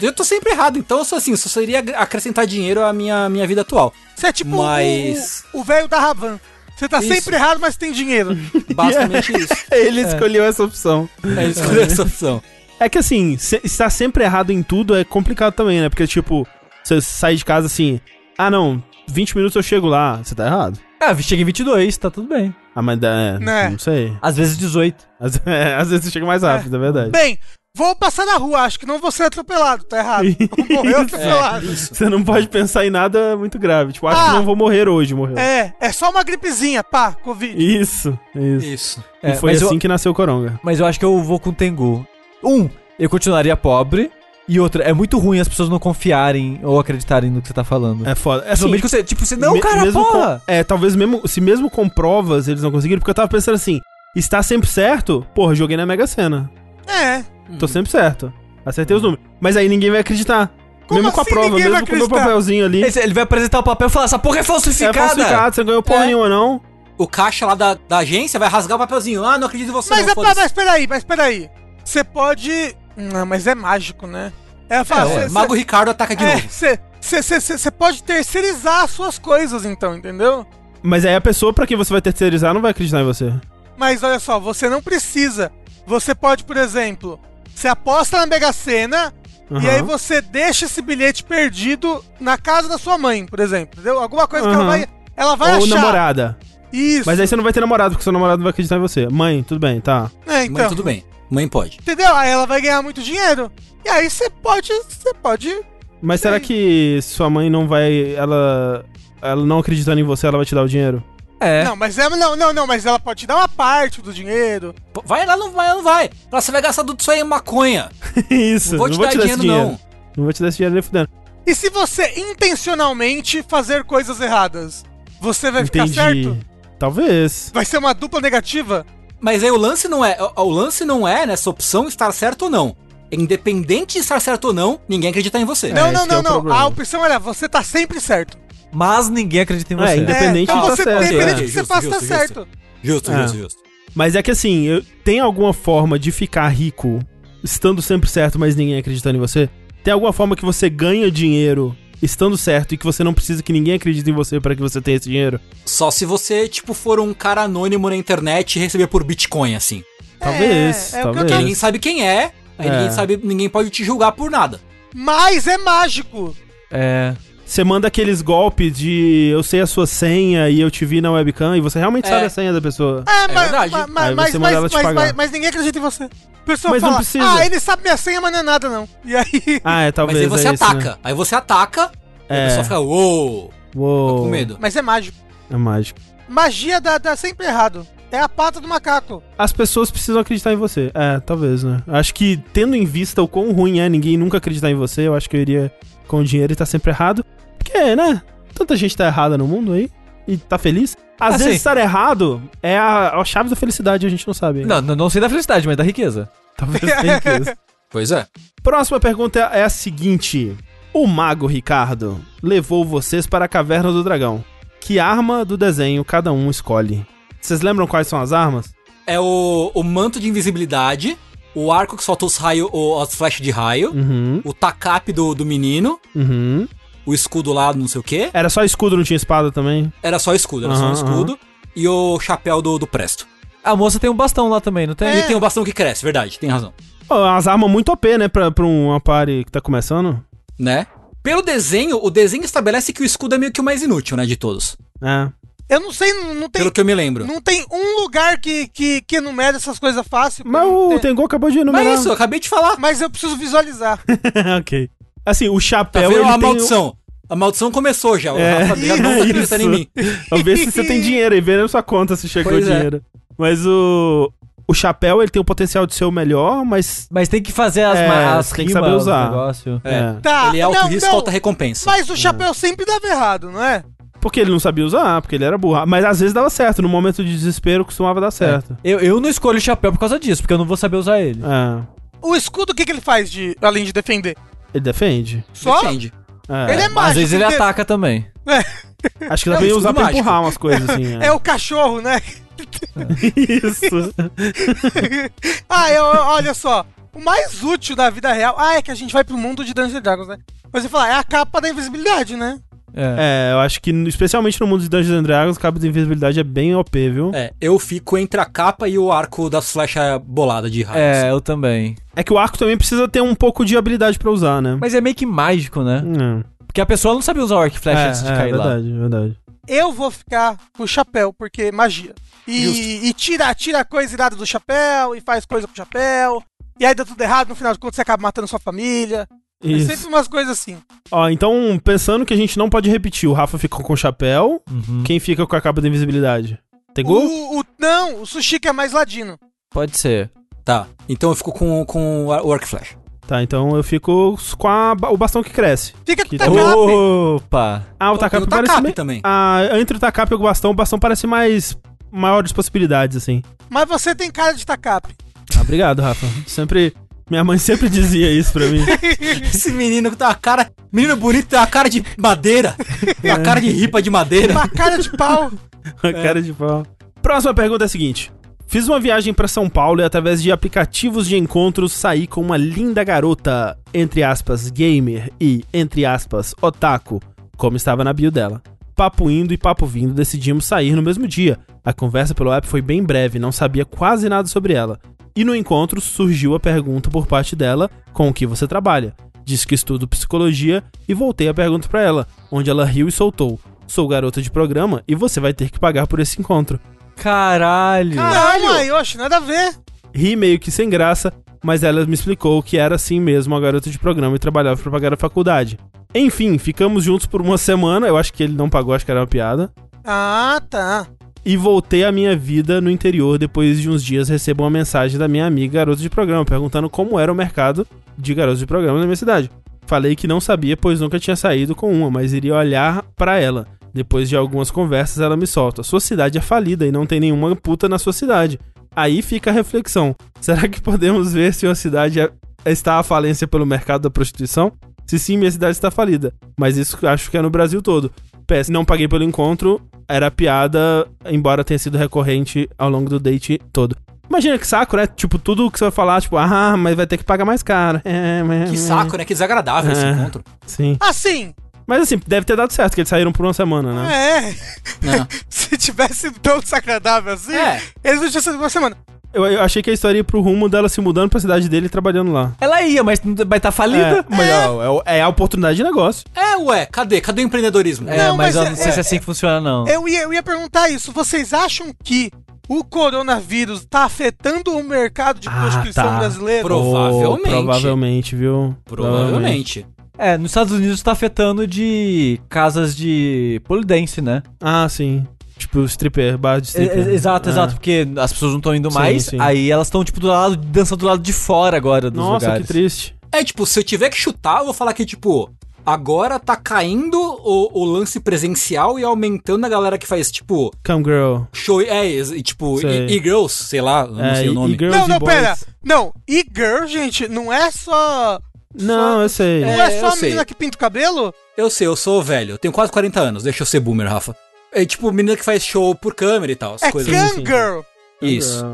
[SPEAKER 2] Eu tô sempre errado, então eu sou assim, só seria ag- acrescentar dinheiro à minha, minha vida atual.
[SPEAKER 3] Você é tipo o-
[SPEAKER 2] Mas-
[SPEAKER 3] o o velho da Ravan. Você tá
[SPEAKER 2] Isso.
[SPEAKER 3] sempre errado, mas tem dinheiro.
[SPEAKER 2] Basicamente isso.
[SPEAKER 1] Ele escolheu essa opção.
[SPEAKER 2] É escolher essa opção.
[SPEAKER 1] É que assim, se- estar sempre errado em tudo é complicado também, né? Porque, tipo, você sai de casa assim, ah não, 20 minutos eu chego lá, você tá errado.
[SPEAKER 4] Ah, chega em 22, tá tudo bem.
[SPEAKER 1] Ah, mas é,
[SPEAKER 3] Né.
[SPEAKER 1] não sei.
[SPEAKER 4] Às vezes 18.
[SPEAKER 1] Às, é, às vezes você chega mais rápido, é verdade.
[SPEAKER 3] Bem, vou passar na rua, acho que não vou ser atropelado, tá errado.
[SPEAKER 2] É.
[SPEAKER 3] Morreu atropelado.
[SPEAKER 1] Você não pode pensar em nada muito grave. Tipo, acho
[SPEAKER 3] É. Ah.
[SPEAKER 1] que não vou morrer hoje, morreu.
[SPEAKER 3] É, é só uma gripezinha, pá, Covid.
[SPEAKER 1] Isso, isso.
[SPEAKER 2] Isso.
[SPEAKER 1] E
[SPEAKER 4] É,
[SPEAKER 1] foi
[SPEAKER 4] mas
[SPEAKER 1] assim
[SPEAKER 4] eu,
[SPEAKER 1] que nasceu o Coronga.
[SPEAKER 4] Mas eu acho que eu vou com o Tengu. Um, eu continuaria pobre. E outra, é muito ruim as pessoas não confiarem ou acreditarem no que você tá falando.
[SPEAKER 1] É foda. É assim,
[SPEAKER 4] Principalmente quando você, tipo, você, não,
[SPEAKER 1] me-
[SPEAKER 4] cara,
[SPEAKER 1] mesmo
[SPEAKER 4] porra!
[SPEAKER 1] com- é, talvez mesmo, se mesmo com provas eles não conseguiram, porque eu tava pensando assim, está sempre certo? Porra, joguei na Mega Sena.
[SPEAKER 3] É.
[SPEAKER 1] Tô sempre certo. Acertei os números. Mas aí ninguém vai acreditar.
[SPEAKER 3] Uhum. Como
[SPEAKER 1] mesmo com a
[SPEAKER 3] assim
[SPEAKER 1] prova,
[SPEAKER 3] ninguém vai
[SPEAKER 1] mesmo com o meu
[SPEAKER 3] acreditar?
[SPEAKER 1] papelzinho ali.
[SPEAKER 4] Ele, ele vai apresentar o papel e falar, essa porra é
[SPEAKER 1] É
[SPEAKER 4] falsificada!
[SPEAKER 1] falsificado, você não ganhou porra
[SPEAKER 2] É.
[SPEAKER 1] nenhuma, não.
[SPEAKER 2] O caixa lá da, da agência vai rasgar o papelzinho. Ah, não acredito em você.
[SPEAKER 3] Mas,
[SPEAKER 2] não,
[SPEAKER 3] é,
[SPEAKER 2] foda-se.
[SPEAKER 3] mas peraí, mas peraí. Você pode. Não, mas é mágico, né? É
[SPEAKER 2] É,
[SPEAKER 3] fácil. é,
[SPEAKER 2] Mago Ricardo ataca de novo.
[SPEAKER 3] Você pode terceirizar as suas coisas, então, entendeu?
[SPEAKER 1] Mas aí a pessoa pra quem você vai terceirizar não vai acreditar em você.
[SPEAKER 3] Mas olha só, você não precisa. Você pode, por exemplo, você aposta na Mega Sena e
[SPEAKER 1] Aham.
[SPEAKER 3] aí você deixa esse bilhete perdido na casa da sua mãe, por exemplo, entendeu? Alguma coisa que ela
[SPEAKER 1] Aham.
[SPEAKER 3] vai, ela vai
[SPEAKER 1] Ou
[SPEAKER 3] achar.
[SPEAKER 1] namorada.
[SPEAKER 3] Isso.
[SPEAKER 1] Mas aí você não vai ter namorado, porque seu namorado não vai acreditar em você. Mãe, tudo bem, tá.
[SPEAKER 3] É, então.
[SPEAKER 2] Mãe, tudo bem. Mãe pode.
[SPEAKER 3] Entendeu? Aí ela vai ganhar muito dinheiro. E aí você pode, você pode
[SPEAKER 1] Mas será que sua mãe não vai. Ela. Ela não acreditando em você, ela vai te dar o dinheiro?
[SPEAKER 4] É.
[SPEAKER 3] Não, mas é, não, não, não, mas ela pode te dar uma parte do dinheiro.
[SPEAKER 2] Pô, Vai lá, não vai, não vai. Lá você vai gastar tudo isso aí em maconha.
[SPEAKER 1] Isso,
[SPEAKER 2] Não vou te dar dinheiro,
[SPEAKER 1] esse
[SPEAKER 2] não.
[SPEAKER 1] Não vou te dar esse dinheiro nem fudendo.
[SPEAKER 3] E se você intencionalmente fazer coisas erradas, você vai
[SPEAKER 1] Entendi.
[SPEAKER 3] ficar certo?
[SPEAKER 1] Talvez.
[SPEAKER 3] Vai ser uma dupla negativa?
[SPEAKER 2] Mas aí o lance não é. O, o lance não é nessa opção estar certo ou não. Independente de estar certo ou não, ninguém acredita em você.
[SPEAKER 1] É,
[SPEAKER 3] não,
[SPEAKER 1] esse
[SPEAKER 3] não,
[SPEAKER 1] que é
[SPEAKER 3] não,
[SPEAKER 1] o
[SPEAKER 3] não.
[SPEAKER 1] problema.
[SPEAKER 3] A opção era, você tá sempre certo.
[SPEAKER 4] Mas ninguém acredita em
[SPEAKER 1] É,
[SPEAKER 4] você.
[SPEAKER 1] ainda- Independente
[SPEAKER 3] é,
[SPEAKER 1] de
[SPEAKER 3] então
[SPEAKER 1] tá
[SPEAKER 3] você,
[SPEAKER 1] certo,
[SPEAKER 3] Independente
[SPEAKER 1] é.
[SPEAKER 3] do que você
[SPEAKER 2] Justo,
[SPEAKER 3] faça, tá
[SPEAKER 2] justo,
[SPEAKER 3] certo.
[SPEAKER 2] Justo,
[SPEAKER 1] É.
[SPEAKER 2] justo, justo.
[SPEAKER 1] Mas é que assim, eu- tem alguma forma de ficar rico estando sempre certo, mas ninguém acreditando em você? Tem alguma forma que você ganha dinheiro estando certo e que você não precisa que ninguém acredite em você para que você tenha esse dinheiro?
[SPEAKER 2] Só se você, tipo, for um cara anônimo na internet e receber por Bitcoin, assim.
[SPEAKER 1] Talvez,
[SPEAKER 3] é o que eu
[SPEAKER 1] talvez.
[SPEAKER 2] Que ninguém sabe quem é, aí
[SPEAKER 1] É.
[SPEAKER 2] ninguém sabe, ninguém pode te julgar por nada.
[SPEAKER 3] Mas é mágico.
[SPEAKER 4] É.
[SPEAKER 1] Você manda aqueles golpes de eu sei a sua senha e eu te vi na webcam e você realmente
[SPEAKER 2] É.
[SPEAKER 1] sabe a senha da pessoa.
[SPEAKER 3] É, mas,
[SPEAKER 2] verdade.
[SPEAKER 3] ma- ma-
[SPEAKER 1] Aí você
[SPEAKER 3] mas,
[SPEAKER 1] manda
[SPEAKER 3] mas,
[SPEAKER 1] ela te
[SPEAKER 3] mas,
[SPEAKER 1] pagar.
[SPEAKER 3] mas- mas ninguém acredita em você. A pessoa
[SPEAKER 1] Mas não
[SPEAKER 3] fala,
[SPEAKER 1] precisa.
[SPEAKER 3] ah, ele sabe minha senha, mas não é nada, não. E aí...
[SPEAKER 1] Ah, é, talvez.
[SPEAKER 2] Mas aí você
[SPEAKER 1] é isso,
[SPEAKER 2] ataca.
[SPEAKER 1] né?
[SPEAKER 2] Aí você ataca, e a
[SPEAKER 1] É.
[SPEAKER 2] pessoa fica, uou, tô
[SPEAKER 1] Uou,
[SPEAKER 2] com medo.
[SPEAKER 3] Mas é mágico.
[SPEAKER 1] É mágico.
[SPEAKER 3] Magia dá, dá sempre errado. É a pata do macaco.
[SPEAKER 1] As pessoas precisam acreditar em você. É, talvez, né? Acho que tendo em vista o quão ruim é ninguém nunca acreditar em você, eu acho que eu iria com o dinheiro e tá sempre errado. Porque, né? Tanta gente tá errada no mundo aí e tá feliz. Às
[SPEAKER 4] Assim.
[SPEAKER 1] vezes estar errado é a, a chave da felicidade, a gente não sabe. ainda.
[SPEAKER 4] Não, não, não sei da felicidade, mas da riqueza.
[SPEAKER 1] Talvez tenha riqueza.
[SPEAKER 2] Pois é.
[SPEAKER 1] Próxima pergunta é a seguinte: O mago Ricardo levou vocês para a caverna do dragão. Que arma do desenho cada um escolhe? Vocês lembram quais são as armas?
[SPEAKER 2] É o, o manto de invisibilidade, o arco que solta os raio, o, as flechas de raio,
[SPEAKER 1] Uhum,
[SPEAKER 2] o tacape do, do menino,
[SPEAKER 1] uhum.
[SPEAKER 2] o escudo lá, não sei o quê.
[SPEAKER 1] Era só escudo, não tinha espada também?
[SPEAKER 2] Era só escudo, era só um
[SPEAKER 1] Aham,
[SPEAKER 2] escudo. E o chapéu do, do presto.
[SPEAKER 4] A moça tem um bastão lá também, não tem?
[SPEAKER 3] É.
[SPEAKER 2] E tem o bastão que cresce, verdade, tem razão.
[SPEAKER 1] Ó, as armas muito OP, né? Pra, pra uma party que tá começando.
[SPEAKER 2] Né? Pelo desenho, o desenho estabelece que o escudo é meio que o mais inútil, né, de todos.
[SPEAKER 1] É.
[SPEAKER 3] Eu não sei, não não tem
[SPEAKER 2] Pelo que eu me lembro.
[SPEAKER 3] Não tem um lugar que, que, que enumera essas coisas fácil.
[SPEAKER 1] Mas
[SPEAKER 3] Não
[SPEAKER 1] o
[SPEAKER 3] tem.
[SPEAKER 1] Tengu acabou de
[SPEAKER 2] Mas
[SPEAKER 1] enumerar.
[SPEAKER 2] é isso, eu acabei de falar.
[SPEAKER 3] Mas eu preciso visualizar.
[SPEAKER 1] ok. Assim, o
[SPEAKER 2] Tá
[SPEAKER 1] chapéu.
[SPEAKER 2] vendo
[SPEAKER 1] ele
[SPEAKER 2] a
[SPEAKER 1] tem um-
[SPEAKER 2] maldição? A maldição começou já. O
[SPEAKER 1] É,
[SPEAKER 2] Rafa já não tá acreditando em
[SPEAKER 1] isso.
[SPEAKER 2] mim.
[SPEAKER 1] um- Vamos ver se você tem dinheiro e ver na sua conta se chegou
[SPEAKER 2] Pois
[SPEAKER 1] o
[SPEAKER 2] é.
[SPEAKER 1] dinheiro. Mas o. O chapéu, ele tem o potencial de ser o melhor, mas
[SPEAKER 4] Mas tem que fazer as,
[SPEAKER 1] É,
[SPEAKER 4] ma- as
[SPEAKER 1] tem que
[SPEAKER 4] rimas,
[SPEAKER 1] saber
[SPEAKER 4] os
[SPEAKER 1] usar.
[SPEAKER 4] negócio.
[SPEAKER 1] É.
[SPEAKER 3] Tá.
[SPEAKER 2] Ele é alto
[SPEAKER 3] não,
[SPEAKER 2] risco,
[SPEAKER 3] não,
[SPEAKER 2] alta recompensa.
[SPEAKER 3] Mas o chapéu sempre dava errado, não é?
[SPEAKER 1] Porque ele não sabia usar, porque ele era burro. Ah, Mas às vezes dava certo. No momento de desespero, costumava dar certo.
[SPEAKER 4] Eu, eu não escolho o chapéu por causa disso, porque eu não vou saber usar ele.
[SPEAKER 1] É.
[SPEAKER 3] O escudo, o que, que ele faz de, além de defender?
[SPEAKER 1] Ele defende.
[SPEAKER 3] Só?
[SPEAKER 2] Depende.
[SPEAKER 1] É.
[SPEAKER 3] Ele é mágico.
[SPEAKER 4] Às vezes ele
[SPEAKER 3] porque
[SPEAKER 4] ataca também.
[SPEAKER 1] Acho que dá
[SPEAKER 2] É um
[SPEAKER 1] pra ele
[SPEAKER 2] escudo
[SPEAKER 1] usar pra
[SPEAKER 2] mágico. É
[SPEAKER 1] empurrar umas coisas assim.
[SPEAKER 3] É o é cachorro, né?
[SPEAKER 1] Isso.
[SPEAKER 3] ah, eu, eu- olha só. O mais útil da vida real. Ah, é que a gente vai pro mundo de Dungeons and Dragons, né? Mas você fala, é a capa da invisibilidade, né?
[SPEAKER 4] É.
[SPEAKER 1] É, eu acho que, especialmente no mundo de Dungeons and Dragons, o cabo de invisibilidade é bem OP, viu?
[SPEAKER 2] É, eu fico entre a capa e o arco das flechas boladas de raios.
[SPEAKER 4] É, eu também.
[SPEAKER 1] É que o arco também precisa ter um pouco de habilidade pra usar, né?
[SPEAKER 4] Mas é meio que mágico, né?
[SPEAKER 1] Hum.
[SPEAKER 4] Porque a pessoa não sabe usar o arco e flecha
[SPEAKER 1] é,
[SPEAKER 4] antes de
[SPEAKER 1] é,
[SPEAKER 4] cair lá.
[SPEAKER 1] verdade, verdade.
[SPEAKER 3] Eu vou ficar com o chapéu, porque é magia. E, e tira, tira coisa irada do chapéu, e faz coisa com o chapéu. E aí dá tudo errado, no final de contas você acaba matando sua família. É
[SPEAKER 1] Isso.
[SPEAKER 3] sempre umas coisas assim.
[SPEAKER 1] Ó, então, pensando que a gente não pode repetir, o Rafa ficou com o chapéu,
[SPEAKER 4] Uhum. Uh.
[SPEAKER 1] quem fica com a capa de invisibilidade? Tem gol?
[SPEAKER 3] O, o- não, o sushi que é mais ladino.
[SPEAKER 4] Pode ser.
[SPEAKER 2] Tá, então eu fico com, com o ar- o arco e flecha.
[SPEAKER 1] Tá, então eu fico com a ba- o bastão que cresce.
[SPEAKER 3] Fica com
[SPEAKER 1] Que
[SPEAKER 4] Tá
[SPEAKER 3] o tacap.
[SPEAKER 4] Opa!
[SPEAKER 1] Ah, o
[SPEAKER 2] Eu tenho
[SPEAKER 1] Takap
[SPEAKER 2] o
[SPEAKER 1] parece...
[SPEAKER 2] tacape
[SPEAKER 1] me-
[SPEAKER 2] também.
[SPEAKER 1] Ah, entre o Takap e o bastão, o bastão parece mais... Maiores possibilidades, assim.
[SPEAKER 3] Mas você tem cara de tacap.
[SPEAKER 1] Ah, obrigado, Rafa. Sempre... Minha mãe sempre dizia isso pra mim.
[SPEAKER 2] Esse menino que tá a cara. Menino bonito tem uma cara de madeira. Tem uma cara de ripa de madeira.
[SPEAKER 3] Uma cara de pau.
[SPEAKER 1] A cara de pau. Próxima pergunta é a seguinte. Fiz uma viagem pra São Paulo e através de aplicativos de encontros saí com uma linda garota, entre aspas, gamer e, entre aspas, otaku, como estava na bio dela. Papo indo e papo vindo, decidimos sair no mesmo dia. A conversa pelo app foi bem breve, não sabia quase nada sobre ela. E no encontro surgiu a pergunta por parte dela: com o que você trabalha? Disse que estudo psicologia e voltei a pergunta pra ela, onde ela riu e soltou: Sou garota de programa e você vai ter que pagar por esse encontro.
[SPEAKER 4] Caralho!
[SPEAKER 3] Não, aí, oxe, nada a ver.
[SPEAKER 1] Ri meio que sem graça, mas ela me explicou que era assim mesmo a garota de programa e trabalhava pra pagar a faculdade. Enfim, ficamos juntos por uma semana, eu acho que ele não pagou, acho que era uma piada.
[SPEAKER 3] Ah, tá.
[SPEAKER 1] E voltei à minha vida no interior depois de uns dias recebo uma mensagem da minha amiga garota de programa perguntando como era o mercado de garotos de programa na minha cidade. Falei que não sabia, pois nunca tinha saído com uma, mas iria olhar pra ela. Depois de algumas conversas, ela me solta. Sua cidade é falida e não tem nenhuma puta na sua cidade. Aí fica a reflexão. Será que podemos ver se uma cidade é- está à falência pelo mercado da prostituição? Se sim, minha cidade está falida. Mas isso acho que é no Brasil todo. PS, não paguei pelo encontro, era piada, embora tenha sido recorrente ao longo do date todo. Imagina que saco, né? Tipo, tudo que você vai falar, tipo, ah, mas vai ter que pagar mais caro. É, mas-
[SPEAKER 2] Que saco, né? Que desagradável esse
[SPEAKER 1] É.
[SPEAKER 2] encontro.
[SPEAKER 1] Sim.
[SPEAKER 3] Assim,
[SPEAKER 1] Mas assim, deve ter dado certo, que eles saíram por uma semana, né?
[SPEAKER 3] é.
[SPEAKER 2] Né?
[SPEAKER 3] Se tivesse sido tão desagradável assim,
[SPEAKER 2] É.
[SPEAKER 3] eles não tinham sido uma semana.
[SPEAKER 1] Eu, eu achei que a história ia pro rumo dela se mudando pra cidade dele e trabalhando lá.
[SPEAKER 4] Ela ia, mas não vai estar falida.
[SPEAKER 1] É, mas não, é, o- é a oportunidade de negócio.
[SPEAKER 2] É, ué, cadê? Cadê o empreendedorismo?
[SPEAKER 4] É,
[SPEAKER 3] Não,
[SPEAKER 4] mas,
[SPEAKER 3] mas
[SPEAKER 4] eu
[SPEAKER 3] é-
[SPEAKER 4] não sei se é assim que funciona, não.
[SPEAKER 3] Eu ia, eu ia perguntar isso. Vocês acham que o coronavírus tá afetando o mercado de
[SPEAKER 1] Ah,
[SPEAKER 3] prostituição
[SPEAKER 1] tá.
[SPEAKER 3] brasileira?
[SPEAKER 2] Pro- Provavelmente.
[SPEAKER 1] provavelmente, viu?
[SPEAKER 2] Provavelmente.
[SPEAKER 4] É, nos Estados Unidos tá afetando de casas de polidense, né?
[SPEAKER 1] Ah, sim. Tipo, stripper, bar de
[SPEAKER 4] E-
[SPEAKER 1] stripper.
[SPEAKER 4] e- É, Exato,
[SPEAKER 1] Ah.
[SPEAKER 4] exato, porque as pessoas não estão indo
[SPEAKER 1] Sim,
[SPEAKER 4] mais,
[SPEAKER 1] sim.
[SPEAKER 4] aí elas estão, tipo, do lado, dançando do lado de fora agora dos
[SPEAKER 1] Nossa,
[SPEAKER 4] lugares.
[SPEAKER 1] que triste.
[SPEAKER 2] É, tipo, se eu tiver que chutar, eu vou falar que, tipo, agora tá caindo o, o lance presencial e aumentando a galera que faz, tipo,
[SPEAKER 1] Come girl.
[SPEAKER 2] show. É, e, tipo,
[SPEAKER 1] Sei.
[SPEAKER 2] e- e-girls, sei lá, eu não
[SPEAKER 1] É,
[SPEAKER 2] sei
[SPEAKER 1] e-
[SPEAKER 2] o nome.
[SPEAKER 1] e girls
[SPEAKER 3] Não,
[SPEAKER 1] e
[SPEAKER 3] não,
[SPEAKER 1] boys.
[SPEAKER 3] pera. Não, e girl, gente, não é só.
[SPEAKER 1] Não,
[SPEAKER 3] só-
[SPEAKER 1] eu sei.
[SPEAKER 3] Não é,
[SPEAKER 2] É,
[SPEAKER 3] só
[SPEAKER 2] eu
[SPEAKER 3] a menina
[SPEAKER 2] sei.
[SPEAKER 3] que pinta o cabelo?
[SPEAKER 2] Eu sei, eu sou velho, eu tenho quase 40 anos, deixa eu ser boomer, Rafa. É tipo, menina que faz show por câmera e tal, as
[SPEAKER 3] é
[SPEAKER 2] coisas.
[SPEAKER 1] can-
[SPEAKER 3] cam
[SPEAKER 1] sim, sim.
[SPEAKER 3] girl.
[SPEAKER 2] Isso.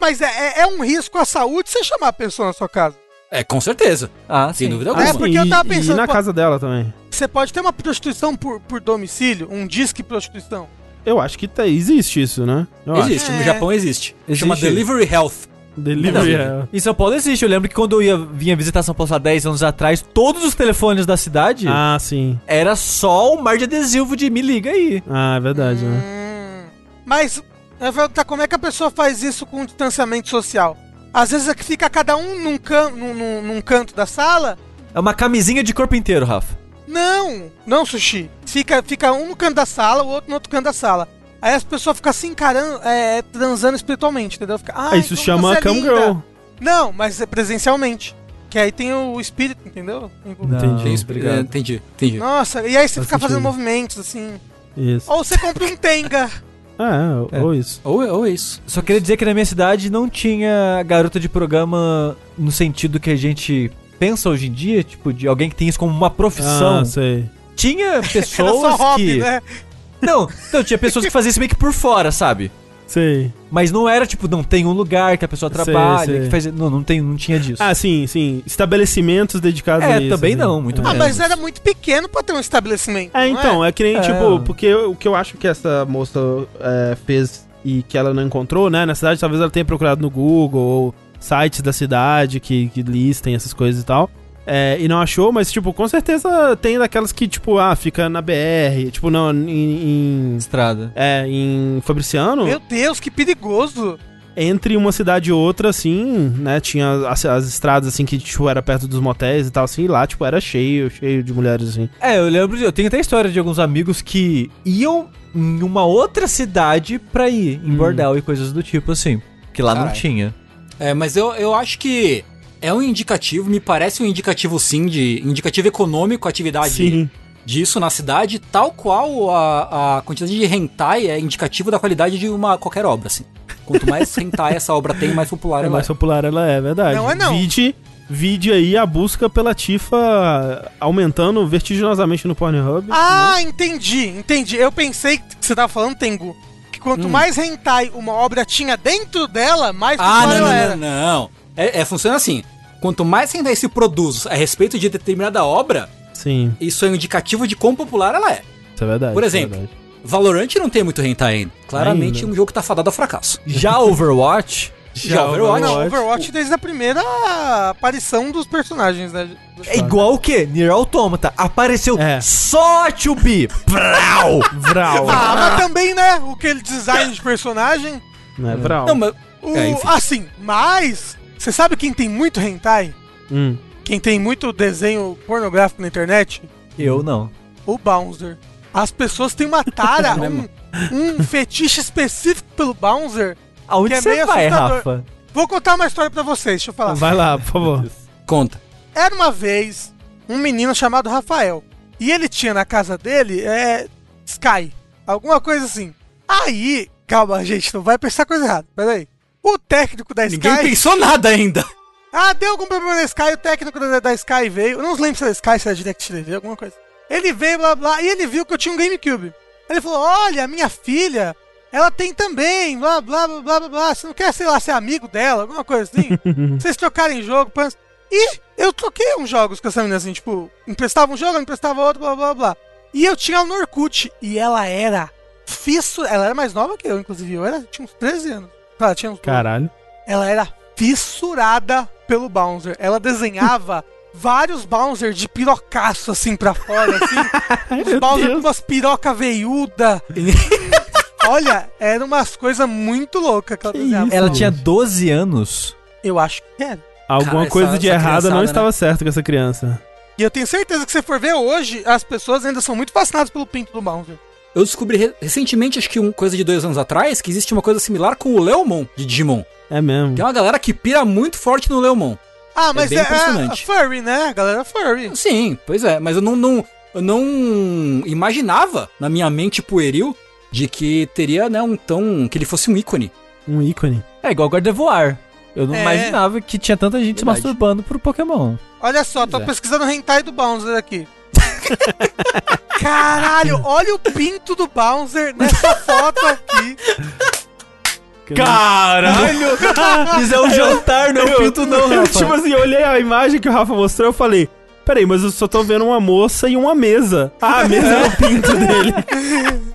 [SPEAKER 3] Mas é, é- é um risco à saúde você chamar a pessoa na sua casa.
[SPEAKER 2] É, com certeza.
[SPEAKER 4] Ah,
[SPEAKER 2] Sem
[SPEAKER 4] sim.
[SPEAKER 2] dúvida
[SPEAKER 3] É,
[SPEAKER 2] alguma.
[SPEAKER 3] porque eu tava
[SPEAKER 1] E-
[SPEAKER 3] pensando,
[SPEAKER 1] E na
[SPEAKER 3] pô-
[SPEAKER 1] casa dela também.
[SPEAKER 3] Você pode ter uma prostituição por, por domicílio, um disque prostituição.
[SPEAKER 1] Eu acho que tá- existe isso, né? Eu acho.
[SPEAKER 2] Existe, no
[SPEAKER 3] É.
[SPEAKER 2] Japão existe.
[SPEAKER 4] Existe.
[SPEAKER 2] Chama Delivery Health.
[SPEAKER 1] Delivery.
[SPEAKER 2] Não.
[SPEAKER 1] é.
[SPEAKER 4] Em São Paulo existe. Eu lembro que quando eu ia, vinha visitar São Paulo há 10 anos atrás, todos os telefones da cidade
[SPEAKER 1] Ah, sim.
[SPEAKER 4] era só um mar de adesivo de me liga aí.
[SPEAKER 1] Ah, é verdade, né?
[SPEAKER 3] Hum. Mas eu vou perguntar como é que a pessoa faz isso com o distanciamento social? Às vezes é que fica cada um num, can num, num- num canto da sala.
[SPEAKER 4] É uma camisinha de corpo inteiro, Rafa.
[SPEAKER 3] Não, não, sushi. Fica, fica um no canto da sala, o outro no outro canto da sala. Aí as pessoas ficam se encarando, é, transando espiritualmente, entendeu? Fica, "Ai,
[SPEAKER 1] Ah, isso
[SPEAKER 3] como
[SPEAKER 1] chama
[SPEAKER 3] você é
[SPEAKER 1] Cam
[SPEAKER 3] linda."
[SPEAKER 1] Girl.
[SPEAKER 3] Não, mas é presencialmente. Que aí tem o espírito, entendeu?
[SPEAKER 1] Entendi.
[SPEAKER 2] Tem isso,
[SPEAKER 1] Obrigado.
[SPEAKER 2] é, entendi, entendi.
[SPEAKER 3] Nossa, e aí você
[SPEAKER 1] Faz
[SPEAKER 3] fica fazendo
[SPEAKER 1] sentido.
[SPEAKER 3] movimentos, assim.
[SPEAKER 1] É, Isso.
[SPEAKER 3] Ou você compra um Tenga.
[SPEAKER 1] Ah, é,
[SPEAKER 4] É.
[SPEAKER 1] ou isso.
[SPEAKER 2] Ou, ou isso.
[SPEAKER 4] Só queria dizer que na minha cidade não tinha garota de programa no sentido que a gente pensa hoje em dia, tipo, de alguém que tem isso como uma profissão.
[SPEAKER 1] Ah, sei.
[SPEAKER 4] tinha
[SPEAKER 3] Era
[SPEAKER 4] pessoas
[SPEAKER 3] só hobby,
[SPEAKER 4] que. então,
[SPEAKER 3] né?
[SPEAKER 4] Não, não, tinha pessoas que faziam isso meio que por fora, sabe?
[SPEAKER 1] Sei.
[SPEAKER 4] Mas não era tipo, não tem um lugar que a pessoa
[SPEAKER 1] Sei,
[SPEAKER 4] trabalha,
[SPEAKER 1] sei.
[SPEAKER 4] que faz. Não, não, tem, não tinha disso.
[SPEAKER 1] Ah, sim, sim. Estabelecimentos dedicados a
[SPEAKER 4] é,
[SPEAKER 1] isso.
[SPEAKER 4] também
[SPEAKER 1] assim.
[SPEAKER 4] não, muito
[SPEAKER 3] Ah,
[SPEAKER 4] menos.
[SPEAKER 3] mas era muito pequeno pra ter um estabelecimento.
[SPEAKER 1] É,
[SPEAKER 3] não
[SPEAKER 1] então, é, que nem,
[SPEAKER 4] É.
[SPEAKER 1] tipo, porque eu- o que eu acho que essa moça é, fez e que ela não encontrou, né, na cidade, talvez ela tenha procurado no Google ou sites da cidade que, que listem essas coisas e tal. é, e não achou, mas, tipo, com certeza tem daquelas que, tipo, ah, fica na BR, tipo, não, em. em
[SPEAKER 4] Estrada.
[SPEAKER 1] é, em Fabriciano,
[SPEAKER 3] Meu Deus, que perigoso.
[SPEAKER 1] entre uma cidade e outra, assim, né, tinha as, as estradas, assim, que, tipo, era perto dos motéis e tal, assim, e lá, tipo, era cheio, cheio de mulheres, assim.
[SPEAKER 4] É, eu lembro, de- eu tenho até história de alguns amigos que iam em uma outra cidade pra ir em
[SPEAKER 1] Hum.
[SPEAKER 4] bordel e coisas do tipo assim. Que lá não
[SPEAKER 2] Caralho.
[SPEAKER 4] tinha.
[SPEAKER 2] É, mas eu, eu acho que é um indicativo, me parece um indicativo sim, de indicativo econômico, a atividade disso na cidade, tal qual a, a quantidade de hentai é indicativo da qualidade de uma qualquer obra, assim. Quanto mais hentai essa obra tem, mais popular
[SPEAKER 1] É
[SPEAKER 2] ela é.
[SPEAKER 1] mais popular ela é, é verdade.
[SPEAKER 3] Não é não.
[SPEAKER 1] Vide, vide aí a busca pela Tifa aumentando vertiginosamente no Pornhub.
[SPEAKER 3] Ah, entendi, entendi. Eu pensei que você tava falando, Tengu, que quanto mais hentai uma obra tinha dentro dela, mais
[SPEAKER 2] Hum. Ah,
[SPEAKER 3] popular ela
[SPEAKER 2] não, não, não,
[SPEAKER 3] era.
[SPEAKER 2] não. É, é, funciona assim. Quanto mais hentai se produz a respeito de determinada obra,
[SPEAKER 1] Sim,
[SPEAKER 2] isso é um indicativo de quão popular ela é.
[SPEAKER 1] isso é verdade.
[SPEAKER 2] Por
[SPEAKER 1] isso é
[SPEAKER 2] exemplo,
[SPEAKER 1] verdade.
[SPEAKER 2] Valorant não tem muito hentai ainda. Claramente
[SPEAKER 1] Ainda.
[SPEAKER 2] um jogo que tá fadado ao fracasso.
[SPEAKER 4] Já Overwatch.
[SPEAKER 2] Já, Overwatch,
[SPEAKER 3] Ah, Não,
[SPEAKER 1] Overwatch.
[SPEAKER 3] Overwatch desde a primeira aparição dos personagens, né?
[SPEAKER 4] É igual o quê? Nier Automata. Apareceu
[SPEAKER 1] É.
[SPEAKER 4] só a 2B. Brau!
[SPEAKER 1] Vral.
[SPEAKER 3] Ah, mas também, né? O que ele design de personagem.
[SPEAKER 1] né? Vral.
[SPEAKER 2] Não, mas
[SPEAKER 3] O,
[SPEAKER 2] É, enfim.
[SPEAKER 3] assim, mas. Você sabe quem tem muito hentai?
[SPEAKER 1] Hum.
[SPEAKER 3] Quem tem muito desenho pornográfico na internet?
[SPEAKER 4] Eu não.
[SPEAKER 3] O Bouncer. As pessoas têm uma
[SPEAKER 2] É
[SPEAKER 3] tara, um, um fetiche específico pelo Bouncer.
[SPEAKER 4] Aonde
[SPEAKER 3] Que é
[SPEAKER 4] você
[SPEAKER 3] meio
[SPEAKER 4] vai,
[SPEAKER 3] assustador.
[SPEAKER 4] Rafa?
[SPEAKER 3] Vou contar uma história pra vocês, deixa eu falar.
[SPEAKER 1] Vai lá, por favor.
[SPEAKER 2] conta.
[SPEAKER 3] Era uma vez um menino chamado Rafael. E ele tinha na casa dele é, Sky. Alguma coisa assim. Aí, calma, gente, não vai pensar coisa errada. Peraí. O técnico da
[SPEAKER 2] Ninguém
[SPEAKER 3] Sky.
[SPEAKER 2] pensou nada ainda.
[SPEAKER 3] Ah, deu algum problema na Sky, o técnico da, da Sky veio. Eu não lembro se era Sky, se era DirectTV, alguma coisa. Ele veio, blá blá, e ele viu que eu tinha um GameCube. Ele falou: Olha, minha filha, ela tem também, blá blá blá blá blá blá. Você não quer, sei lá, ser amigo dela, alguma coisa assim? Vocês trocarem jogo, pans. E eu troquei uns jogos com essa menina assim, tipo, emprestava um jogo, ela emprestava outro, blá blá blá. E eu tinha ela no Orkut, e ela era fissura. Ela era mais nova que eu, inclusive. Eu era, tinha uns 13 anos. Ela tinha uns
[SPEAKER 1] Caralho.
[SPEAKER 3] ela era fissurada pelo Bouncer. Ela desenhava vários Bouncer de pirocaço, assim, pra fora, assim. Os Bouncer com umas piroca veiuda. Olha, eram umas coisas muito loucas que ela
[SPEAKER 1] Que
[SPEAKER 3] desenhava.
[SPEAKER 1] isso?
[SPEAKER 4] Ela
[SPEAKER 1] Sim.
[SPEAKER 4] tinha 12 anos.
[SPEAKER 3] Eu acho que é. era.
[SPEAKER 1] Alguma
[SPEAKER 2] Cara, essa-
[SPEAKER 1] coisa de
[SPEAKER 2] essa
[SPEAKER 1] errada
[SPEAKER 2] criançada,
[SPEAKER 1] não
[SPEAKER 2] né?
[SPEAKER 1] estava certo com essa criança.
[SPEAKER 3] E eu tenho certeza que se você for ver hoje, as pessoas ainda são muito fascinadas pelo pinto do Bouncer.
[SPEAKER 2] Eu descobri re- recentemente, acho que um, coisa de dois anos atrás, que existe uma coisa similar com o Leomon de Digimon.
[SPEAKER 1] É mesmo.
[SPEAKER 2] Tem uma galera que pira muito forte no Leomon.
[SPEAKER 3] Ah, mas é,
[SPEAKER 2] bem
[SPEAKER 3] é,
[SPEAKER 2] impressionante.
[SPEAKER 3] furry, né? A galera furry.
[SPEAKER 2] Sim, pois é, mas eu não, não, eu não imaginava na minha mente pueril de que teria, né, um tão. que ele fosse um ícone.
[SPEAKER 1] Um ícone.
[SPEAKER 4] É igual Gardevoir. Eu não
[SPEAKER 3] É.
[SPEAKER 4] imaginava que tinha tanta gente se
[SPEAKER 2] Verdade.
[SPEAKER 4] masturbando pro Pokémon.
[SPEAKER 3] Olha só, tô
[SPEAKER 2] Pois é.
[SPEAKER 3] pesquisando o hentai do Bouncer aqui. Caralho, olha o pinto do Bouncer nessa foto aqui.
[SPEAKER 4] Caralho! Isso é um jantar, não é um pinto não,
[SPEAKER 1] tipo
[SPEAKER 4] Rafa.
[SPEAKER 1] assim, eu olhei a imagem que o Rafa mostrou e falei. Peraí, mas eu só tô vendo uma moça e uma mesa. Ah, a mesa é o pinto dele.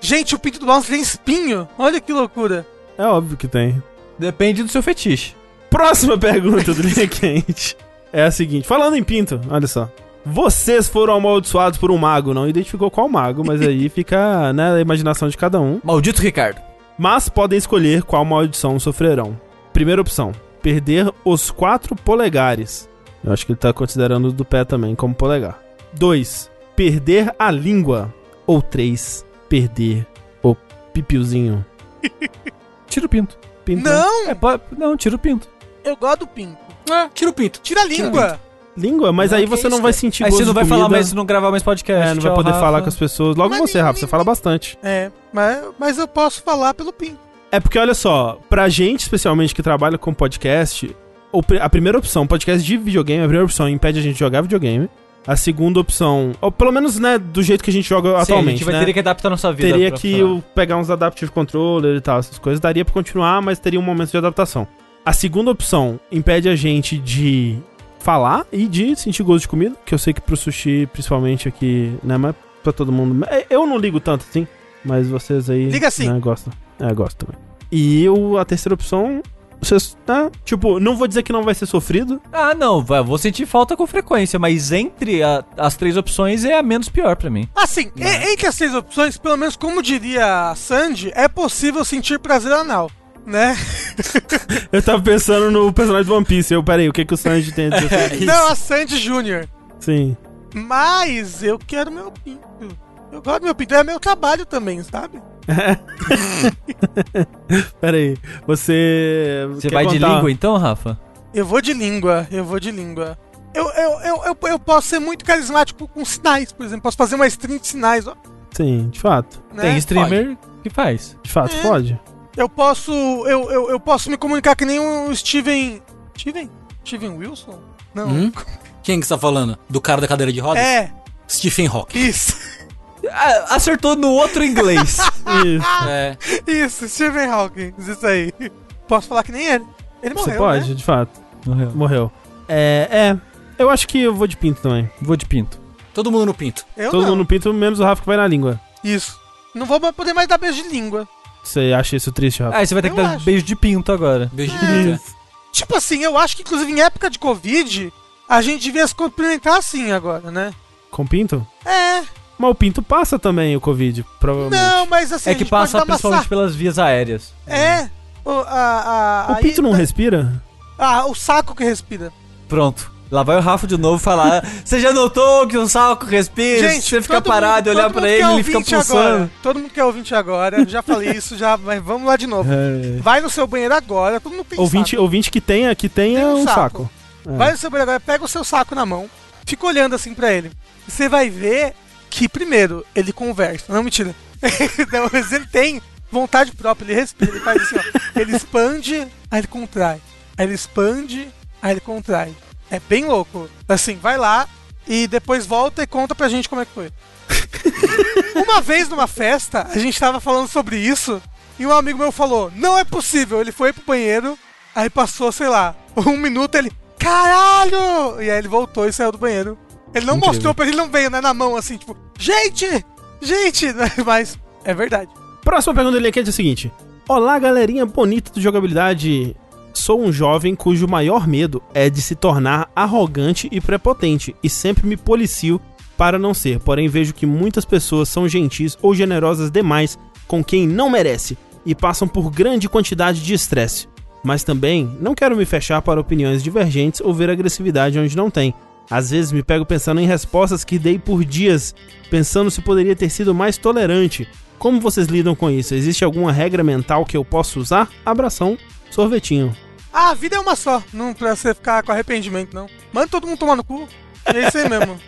[SPEAKER 3] Gente, o pinto do Bouncer tem espinho. Olha que loucura.
[SPEAKER 1] É óbvio que tem.
[SPEAKER 4] Depende do seu fetiche.
[SPEAKER 1] Próxima pergunta do Linha Quente é a seguinte: falando em pinto, olha só. Vocês foram amaldiçoados por um mago, não identificou qual mago, mas aí fica né, a imaginação de cada um.
[SPEAKER 4] Maldito Ricardo.
[SPEAKER 1] Mas podem escolher qual maldição sofrerão. Primeira opção: perder os quatro polegares. Eu acho que ele tá considerando o do pé também como polegar. 2. Perder a língua. Ou 3. Perder o pipiozinho.
[SPEAKER 4] Tira o pinto.
[SPEAKER 1] Pinto.
[SPEAKER 3] Não,
[SPEAKER 4] É, po- não, tira o pinto.
[SPEAKER 3] eu gosto do pinto.
[SPEAKER 2] É, tira o pinto.
[SPEAKER 3] Tira a língua.
[SPEAKER 1] Língua, mas
[SPEAKER 2] Não,
[SPEAKER 1] aí
[SPEAKER 2] que
[SPEAKER 1] você
[SPEAKER 2] isso,
[SPEAKER 1] não vai
[SPEAKER 2] cara.
[SPEAKER 1] sentir
[SPEAKER 4] Aí
[SPEAKER 1] gosto
[SPEAKER 4] você não
[SPEAKER 1] de
[SPEAKER 4] vai falar
[SPEAKER 1] comida.
[SPEAKER 4] mais, não gravar mais podcast.
[SPEAKER 1] É, não vai
[SPEAKER 4] Tchau,
[SPEAKER 1] poder
[SPEAKER 4] Rafa.
[SPEAKER 1] falar com as pessoas. Logo
[SPEAKER 3] Mas
[SPEAKER 1] você,
[SPEAKER 3] nem-
[SPEAKER 1] Rafa, você
[SPEAKER 3] nem-
[SPEAKER 1] fala bastante.
[SPEAKER 3] É, mas, mas eu posso falar pelo pinto.
[SPEAKER 1] É porque, olha só, pra gente, especialmente que trabalha com podcast, o pri- a primeira opção, podcast de videogame, a primeira opção impede a gente de jogar videogame. A segunda opção, ou pelo menos, né, do jeito que a gente joga
[SPEAKER 4] Sim,
[SPEAKER 1] atualmente,
[SPEAKER 4] a gente vai
[SPEAKER 1] né?
[SPEAKER 4] ter que adaptar a nossa vida.
[SPEAKER 1] teria
[SPEAKER 4] pra
[SPEAKER 1] que
[SPEAKER 4] funcionar.
[SPEAKER 1] eu pegar uns adaptive controller e tal, essas coisas. Daria pra continuar, mas teria um momento de adaptação. A segunda opção impede a gente de falar e de sentir gosto de comida, que eu sei que pro sushi, principalmente aqui, né, mas pra todo mundo... é, Eu não ligo tanto, assim, mas vocês aí...
[SPEAKER 3] Liga sim.
[SPEAKER 1] Né, gostam. É, gostam também. E eu, a terceira opção... Vocês, né? Tipo, não vou dizer que não vai ser sofrido.
[SPEAKER 4] Ah, não, vai, eu vou sentir falta com frequência, mas entre a- as três opções é a menos pior pra mim.
[SPEAKER 3] Assim, e- entre as três opções, pelo menos como diria a Sandy, é possível sentir prazer anal, né?
[SPEAKER 1] Eu tava pensando no personagem do One Piece. Eu, peraí, o que que o Sanji tem a dizer? sobre
[SPEAKER 2] É
[SPEAKER 1] isso?
[SPEAKER 3] É Não, a Sandy Júnior.
[SPEAKER 1] Sim.
[SPEAKER 3] Mas eu quero meu pinto. Eu gosto do meu pinto, é meu trabalho também, sabe?
[SPEAKER 1] Peraí, você.
[SPEAKER 4] Você
[SPEAKER 1] quer
[SPEAKER 4] vai de
[SPEAKER 1] contar?
[SPEAKER 4] língua então, Rafa?
[SPEAKER 3] Eu vou de língua, eu vou de língua. Eu, eu, eu, eu, eu posso ser muito carismático com sinais, por exemplo. Posso fazer uma stream de sinais, ó,
[SPEAKER 1] Sim, de fato.
[SPEAKER 3] né?
[SPEAKER 4] Tem streamer que faz.
[SPEAKER 1] De fato,
[SPEAKER 3] É.
[SPEAKER 1] pode.
[SPEAKER 3] Eu posso. Eu, eu, eu posso me comunicar que nem o Steven. Steven? Steven Wilson? Não.
[SPEAKER 2] Hum? Quem que você tá falando? Do cara da cadeira de rodas?
[SPEAKER 3] É,
[SPEAKER 2] Stephen Hawking.
[SPEAKER 3] isso.
[SPEAKER 4] Ah, acertou no outro inglês.
[SPEAKER 3] Ah,
[SPEAKER 1] Isso,
[SPEAKER 2] É.
[SPEAKER 3] Isso, Steven Hawking. Isso aí. Posso falar que nem ele. Ele morreu.
[SPEAKER 1] você pode,
[SPEAKER 3] Né?
[SPEAKER 1] de fato.
[SPEAKER 4] Morreu.
[SPEAKER 1] Morreu. É, é. Eu acho que eu vou de pinto também.
[SPEAKER 4] Vou de pinto.
[SPEAKER 2] Todo mundo no pinto.
[SPEAKER 3] Eu
[SPEAKER 1] Todo
[SPEAKER 3] não.
[SPEAKER 1] mundo no pinto, menos o Rafa que vai na língua.
[SPEAKER 3] Isso. Não vou mais poder mais dar beijo de língua.
[SPEAKER 1] Você acha isso triste, Rafa?
[SPEAKER 4] Ah, e você vai ter que
[SPEAKER 3] Eu
[SPEAKER 4] dar
[SPEAKER 3] acho.
[SPEAKER 4] beijo de pinto agora.
[SPEAKER 2] Beijo
[SPEAKER 3] É
[SPEAKER 2] de pinto. né?
[SPEAKER 3] Tipo assim, eu acho que inclusive em época de Covid, a gente devia se cumprimentar assim agora, né?
[SPEAKER 1] Com pinto?
[SPEAKER 3] É,
[SPEAKER 1] Mas o pinto passa também, o Covid, provavelmente.
[SPEAKER 3] não, mas assim,
[SPEAKER 4] É
[SPEAKER 3] a
[SPEAKER 4] que
[SPEAKER 3] gente pode
[SPEAKER 4] passa
[SPEAKER 3] dar uma
[SPEAKER 4] principalmente
[SPEAKER 3] sa-
[SPEAKER 4] pelas vias aéreas.
[SPEAKER 3] É. O, a, a,
[SPEAKER 1] O
[SPEAKER 3] aí- tá-
[SPEAKER 1] pinto não respira?
[SPEAKER 3] Ah, o saco que respira.
[SPEAKER 4] Pronto. Lá vai o Rafa de novo falar. Você já notou que um saco respira? Se você ficar
[SPEAKER 3] todo
[SPEAKER 4] parado e
[SPEAKER 3] mundo-
[SPEAKER 4] olhar
[SPEAKER 3] todo
[SPEAKER 4] pra
[SPEAKER 3] mundo
[SPEAKER 4] ele,
[SPEAKER 3] quer
[SPEAKER 4] ele fica
[SPEAKER 3] ouvinte agora.
[SPEAKER 4] pulsando.
[SPEAKER 3] Todo mundo quer ouvinte agora. Já falei isso, já, mas vamos lá de novo.
[SPEAKER 1] É.
[SPEAKER 3] Vai no seu banheiro agora, todo mundo tem
[SPEAKER 1] Ouvinte,
[SPEAKER 3] saco.
[SPEAKER 1] ouvinte que tenha, que tenha
[SPEAKER 3] Tem um
[SPEAKER 1] um saco.
[SPEAKER 3] saco.
[SPEAKER 1] É.
[SPEAKER 3] Vai no seu banheiro agora, pega o seu saco na mão, fica olhando assim pra ele. Você vai ver que, primeiro, ele conversa. Não, mentira. Não, mas ele tem vontade própria, ele respira, ele faz assim, ó. Ele expande, aí ele contrai. Aí ele expande, aí ele contrai. É bem louco. Assim, vai lá e depois volta e conta pra gente como é que foi. Uma vez numa festa, a gente tava falando sobre isso e um amigo meu falou: Não é possível. Ele foi pro banheiro, aí passou, sei lá, um minuto ele. Caralho! E aí ele voltou e saiu do banheiro. Ele não
[SPEAKER 1] Incrível.
[SPEAKER 3] mostrou pra ele, ele não veio, né, na mão assim, tipo: Gente! Gente! Mas é verdade.
[SPEAKER 1] Próxima pergunta dele aqui é a seguinte: Olá, galerinha bonita do jogabilidade. Sou um jovem cujo maior medo é de se tornar arrogante e prepotente, e sempre me policio para não ser, porém vejo que muitas pessoas são gentis ou generosas demais com quem não merece e passam por grande quantidade de estresse. Mas também não quero me fechar para opiniões divergentes ou ver agressividade onde não tem. Às vezes me pego pensando em respostas que dei por dias, pensando se poderia ter sido mais tolerante. Como vocês lidam com isso? Existe alguma regra mental que eu possa usar? Abração, sorvetinho.
[SPEAKER 3] Ah, a vida é uma só. Não pra você ficar com arrependimento, não. Manda todo mundo tomar no cu. É isso aí mesmo.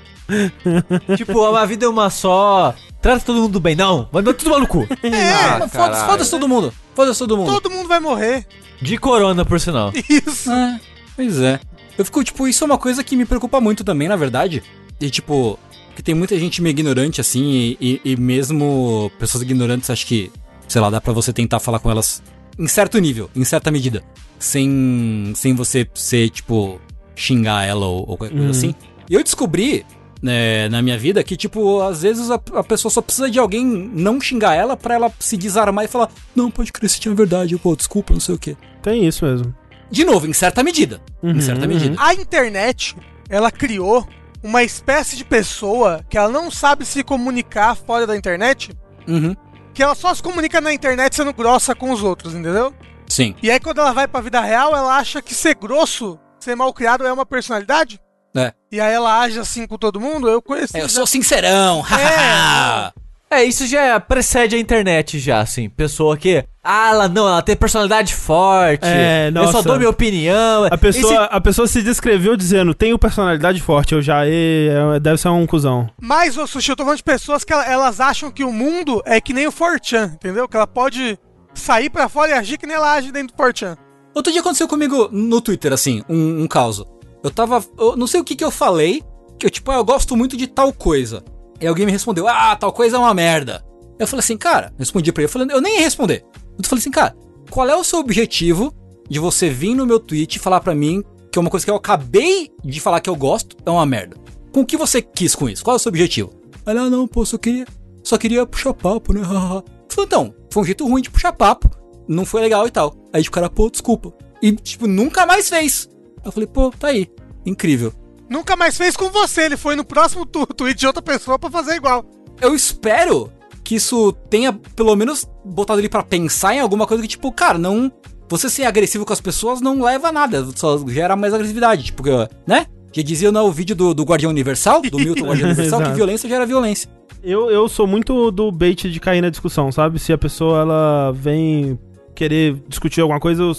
[SPEAKER 4] Tipo, a vida é uma só. Trata todo mundo bem. Não, manda tudo maluco.
[SPEAKER 3] É,
[SPEAKER 2] Ah, foda-se foda-se todo mundo. Foda-se todo mundo.
[SPEAKER 3] todo mundo vai morrer.
[SPEAKER 4] De corona, por sinal.
[SPEAKER 3] Isso.
[SPEAKER 2] É, pois é. Eu fico, tipo, isso é uma coisa que me preocupa muito também, na verdade. E, tipo, que tem muita gente meio ignorante, assim, e, e- e mesmo pessoas ignorantes, acho que, sei lá, dá pra você tentar falar com elas em certo nível, em certa medida. Sem, sem você ser, tipo, xingar ela ou, ou qualquer coisa
[SPEAKER 1] Uhum.
[SPEAKER 2] assim. E eu descobri, né, na minha vida, que, tipo, às vezes a, a pessoa só precisa de alguém não xingar ela pra ela se desarmar e falar: Não, pode crer, você tinha verdade, pô, desculpa, não sei o quê.
[SPEAKER 1] Tem isso mesmo.
[SPEAKER 2] De novo, em certa medida.
[SPEAKER 1] Uhum,
[SPEAKER 2] em certa medida.
[SPEAKER 3] A internet, ela criou uma espécie de pessoa que ela não sabe se comunicar fora da internet,
[SPEAKER 2] Uhum.
[SPEAKER 3] que ela só se comunica na internet sendo grossa com os outros, entendeu?
[SPEAKER 2] Sim.
[SPEAKER 3] E aí quando ela vai pra vida real, ela acha que ser grosso, ser mal criado é uma personalidade.
[SPEAKER 2] É.
[SPEAKER 3] E aí ela age assim com todo mundo. Eu conheci.
[SPEAKER 2] eu sou sincerão.
[SPEAKER 3] É.
[SPEAKER 4] É, isso já precede a internet já, assim. Pessoa que. Ah, ela não, ela tem personalidade forte.
[SPEAKER 1] É,
[SPEAKER 4] Eu
[SPEAKER 1] nossa.
[SPEAKER 4] só dou minha opinião.
[SPEAKER 1] A pessoa, a pessoa se descreveu dizendo: tenho personalidade forte, eu já. e- é- deve ser um cuzão.
[SPEAKER 3] Mas, ô Sushi, eu tô falando de pessoas que ela- elas acham que o mundo é que nem o Fortran, entendeu? Que ela pode sair pra fora e agir que nem ela age dentro do Fortran.
[SPEAKER 2] Outro dia aconteceu comigo no Twitter, assim, um, um caos. Eu tava. Eu não sei o que que eu falei, Que eu, tipo, ah, eu gosto muito de tal coisa. E alguém me respondeu, ah, tal coisa é uma merda. Eu falei assim, cara, respondi pra ele, eu falei, eu nem ia responder. Eu falei assim, cara, qual é o seu objetivo de você vir no meu tweet e falar pra mim que é uma coisa que eu acabei de falar que eu gosto é uma merda? Com o que você quis com isso? Qual é o seu objetivo? Ele, ah, não, pô, só queria, só queria puxar papo, né? Eu falei, então, foi um jeito ruim de puxar papo, não foi legal e tal. Aí tipo, o cara, pô, desculpa. E, tipo, nunca mais fez. Eu falei, pô, tá aí. Incrível.
[SPEAKER 3] Nunca mais fez com você, ele foi no próximo tu- tweet de outra pessoa pra fazer igual.
[SPEAKER 2] eu espero que isso tenha pelo menos botado ele pra pensar em alguma coisa que tipo, cara, não você ser agressivo com as pessoas não leva a nada, só gera mais agressividade, tipo, que, né? Já dizia no vídeo do, do Guardião Universal, do Milton Guardião Universal, que
[SPEAKER 1] Exato.
[SPEAKER 2] violência gera violência.
[SPEAKER 1] Eu, eu sou muito do bait de cair na discussão, sabe? Se a pessoa ela vem querer discutir alguma coisa, eu,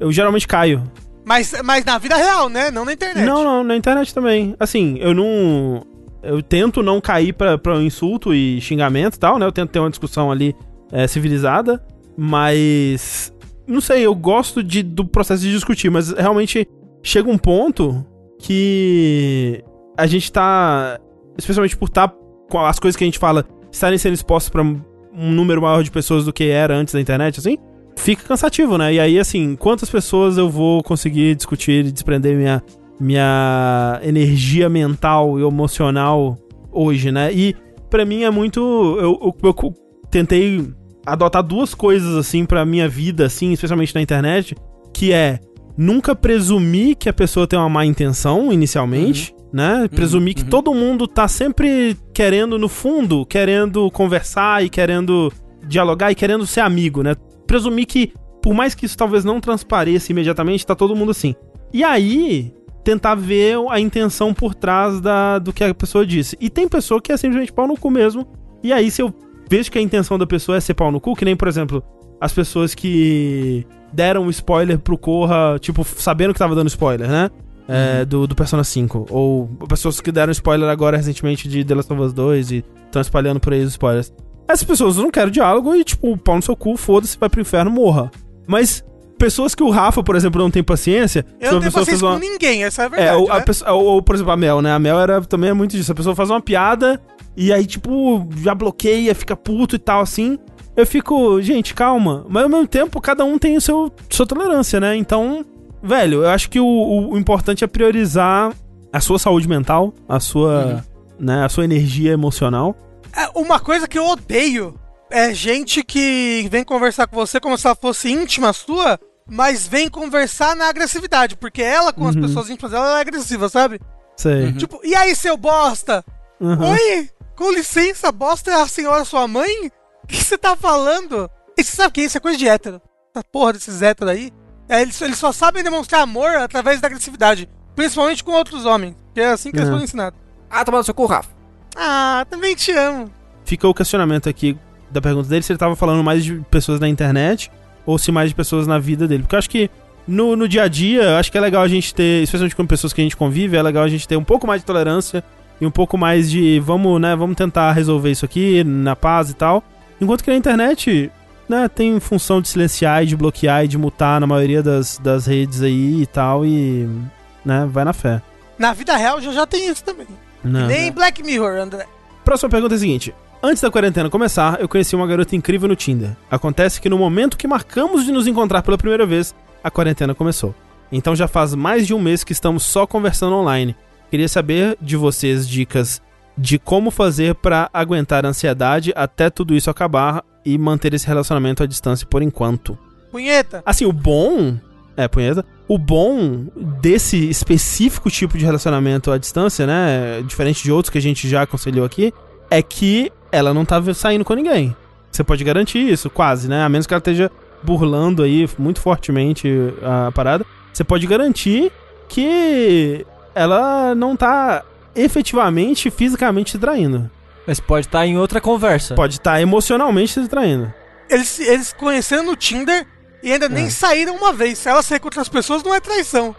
[SPEAKER 1] eu geralmente caio.
[SPEAKER 3] Mas, mas na vida real, né? Não na internet.
[SPEAKER 1] Não, não, na internet também. Assim, eu não. Eu tento não cair pra, pra um insulto e xingamento e tal, né? Eu tento ter uma discussão ali é, civilizada, mas. Não sei, eu gosto de, do processo de discutir, mas realmente chega um ponto que a gente tá. Especialmente por tá com as coisas que a gente fala estarem sendo expostas pra um um número maior de pessoas do que era antes da internet, assim, fica cansativo, né? E aí, assim, quantas pessoas eu vou conseguir discutir e desprender minha, minha energia mental e emocional hoje, né? E pra mim é muito. Eu, eu- eu cu- tentei adotar duas coisas, assim, pra minha vida, assim, especialmente na internet, que é nunca presumir que a pessoa tem uma má intenção inicialmente, né? Presumir que
[SPEAKER 2] uhum.
[SPEAKER 1] todo mundo tá sempre querendo, no fundo, querendo conversar e querendo dialogar e querendo ser amigo, né? Presumir que, por mais que isso talvez não transpareça imediatamente, tá todo mundo assim. E aí, tentar ver a intenção por trás da, do que a pessoa disse. E tem pessoa que é simplesmente pau no cu mesmo. E aí, se eu vejo que a intenção da pessoa é ser pau no cu, que nem, por exemplo, as pessoas que deram spoiler pro Corra, tipo, sabendo que tava dando spoiler, né? É,
[SPEAKER 3] Uhum.
[SPEAKER 1] do, do Persona 5. Ou pessoas que deram spoiler agora recentemente de The Last of Us 2 e estão espalhando por aí os spoilers. Essas pessoas não querem diálogo e, tipo, pau no seu cu, foda-se, vai pro inferno, morra. Mas pessoas que o Rafa, por exemplo, não tem paciência.
[SPEAKER 3] Eu
[SPEAKER 1] são
[SPEAKER 3] não tenho
[SPEAKER 1] pessoas que
[SPEAKER 3] paciência
[SPEAKER 1] vão-
[SPEAKER 3] com ninguém, essa é a verdade.
[SPEAKER 1] é, ou, a
[SPEAKER 3] né?
[SPEAKER 1] pessoa- ou- ou, por exemplo, a Mel, né? A Mel era, também é muito disso. A pessoa faz uma piada e aí, tipo, já bloqueia, fica puto e tal, assim. Eu fico, gente, calma. Mas ao mesmo tempo, cada um tem o seu, sua tolerância, né? Então, velho, eu acho que o, o- o importante é priorizar a sua saúde mental, a
[SPEAKER 3] Uhum.
[SPEAKER 1] sua, né, a sua energia emocional.
[SPEAKER 3] É, Uma coisa que eu odeio é gente que vem conversar com você como se ela fosse íntima sua, mas vem conversar na agressividade, porque ela com as
[SPEAKER 1] Uhum. Hum.
[SPEAKER 3] pessoas íntimas dela ela é agressiva, sabe?
[SPEAKER 1] Sei.
[SPEAKER 2] Uhum.
[SPEAKER 3] Tipo, e aí, seu bosta?
[SPEAKER 1] Uhum.
[SPEAKER 3] Oi, com licença, bosta é a senhora sua mãe? O que você tá falando? E você sabe que isso é coisa de hétero. Essa porra desses héteros aí. É, eles, eles só sabem demonstrar amor através da agressividade, principalmente com outros homens, que é assim que eles
[SPEAKER 1] É.
[SPEAKER 3] foram ensinados.
[SPEAKER 2] Ah, tomando seu cu, Rafa.
[SPEAKER 3] Ah, também te amo.
[SPEAKER 1] Fica o questionamento aqui da pergunta dele se ele tava falando mais de pessoas na internet ou se mais de pessoas na vida dele. Porque eu acho que no, no dia a dia, eu acho que é legal a gente ter, especialmente com pessoas que a gente convive, é legal a gente ter um pouco mais de tolerância e um pouco mais de vamos, né, vamos tentar resolver isso aqui na paz e tal. Enquanto que na internet, né, tem função de silenciar e de bloquear e de mutar na maioria das, das redes aí e tal e, né, vai na fé.
[SPEAKER 3] Na vida real já já tem isso também.
[SPEAKER 1] Né?
[SPEAKER 3] Nem Black Mirror, André.
[SPEAKER 1] Próxima pergunta é a seguinte. Antes da quarentena começar, eu conheci uma garota incrível no Tinder. Acontece que no momento que marcamos de nos encontrar pela primeira vez, a quarentena começou. Então já faz mais de um mês que estamos só conversando online. Queria saber de vocês dicas de como fazer pra aguentar a ansiedade até tudo isso acabar e manter esse relacionamento à distância por enquanto.
[SPEAKER 3] Punheta.
[SPEAKER 1] Assim, o bom. É, punheta. O bom desse específico tipo de relacionamento à distância, né? Diferente de outros que a gente já aconselhou aqui, é que ela não tá saindo com ninguém. Você pode garantir isso, quase, né? A menos que ela esteja burlando aí muito fortemente a parada. Você pode garantir que ela não tá efetivamente, fisicamente se traindo.
[SPEAKER 4] Mas pode estar em outra conversa.
[SPEAKER 1] Pode estar emocionalmente se traindo.
[SPEAKER 3] Eles, se- eles se conheceram no Tinder e ainda nem saíram uma vez. Se ela sair com outras pessoas, não é traição.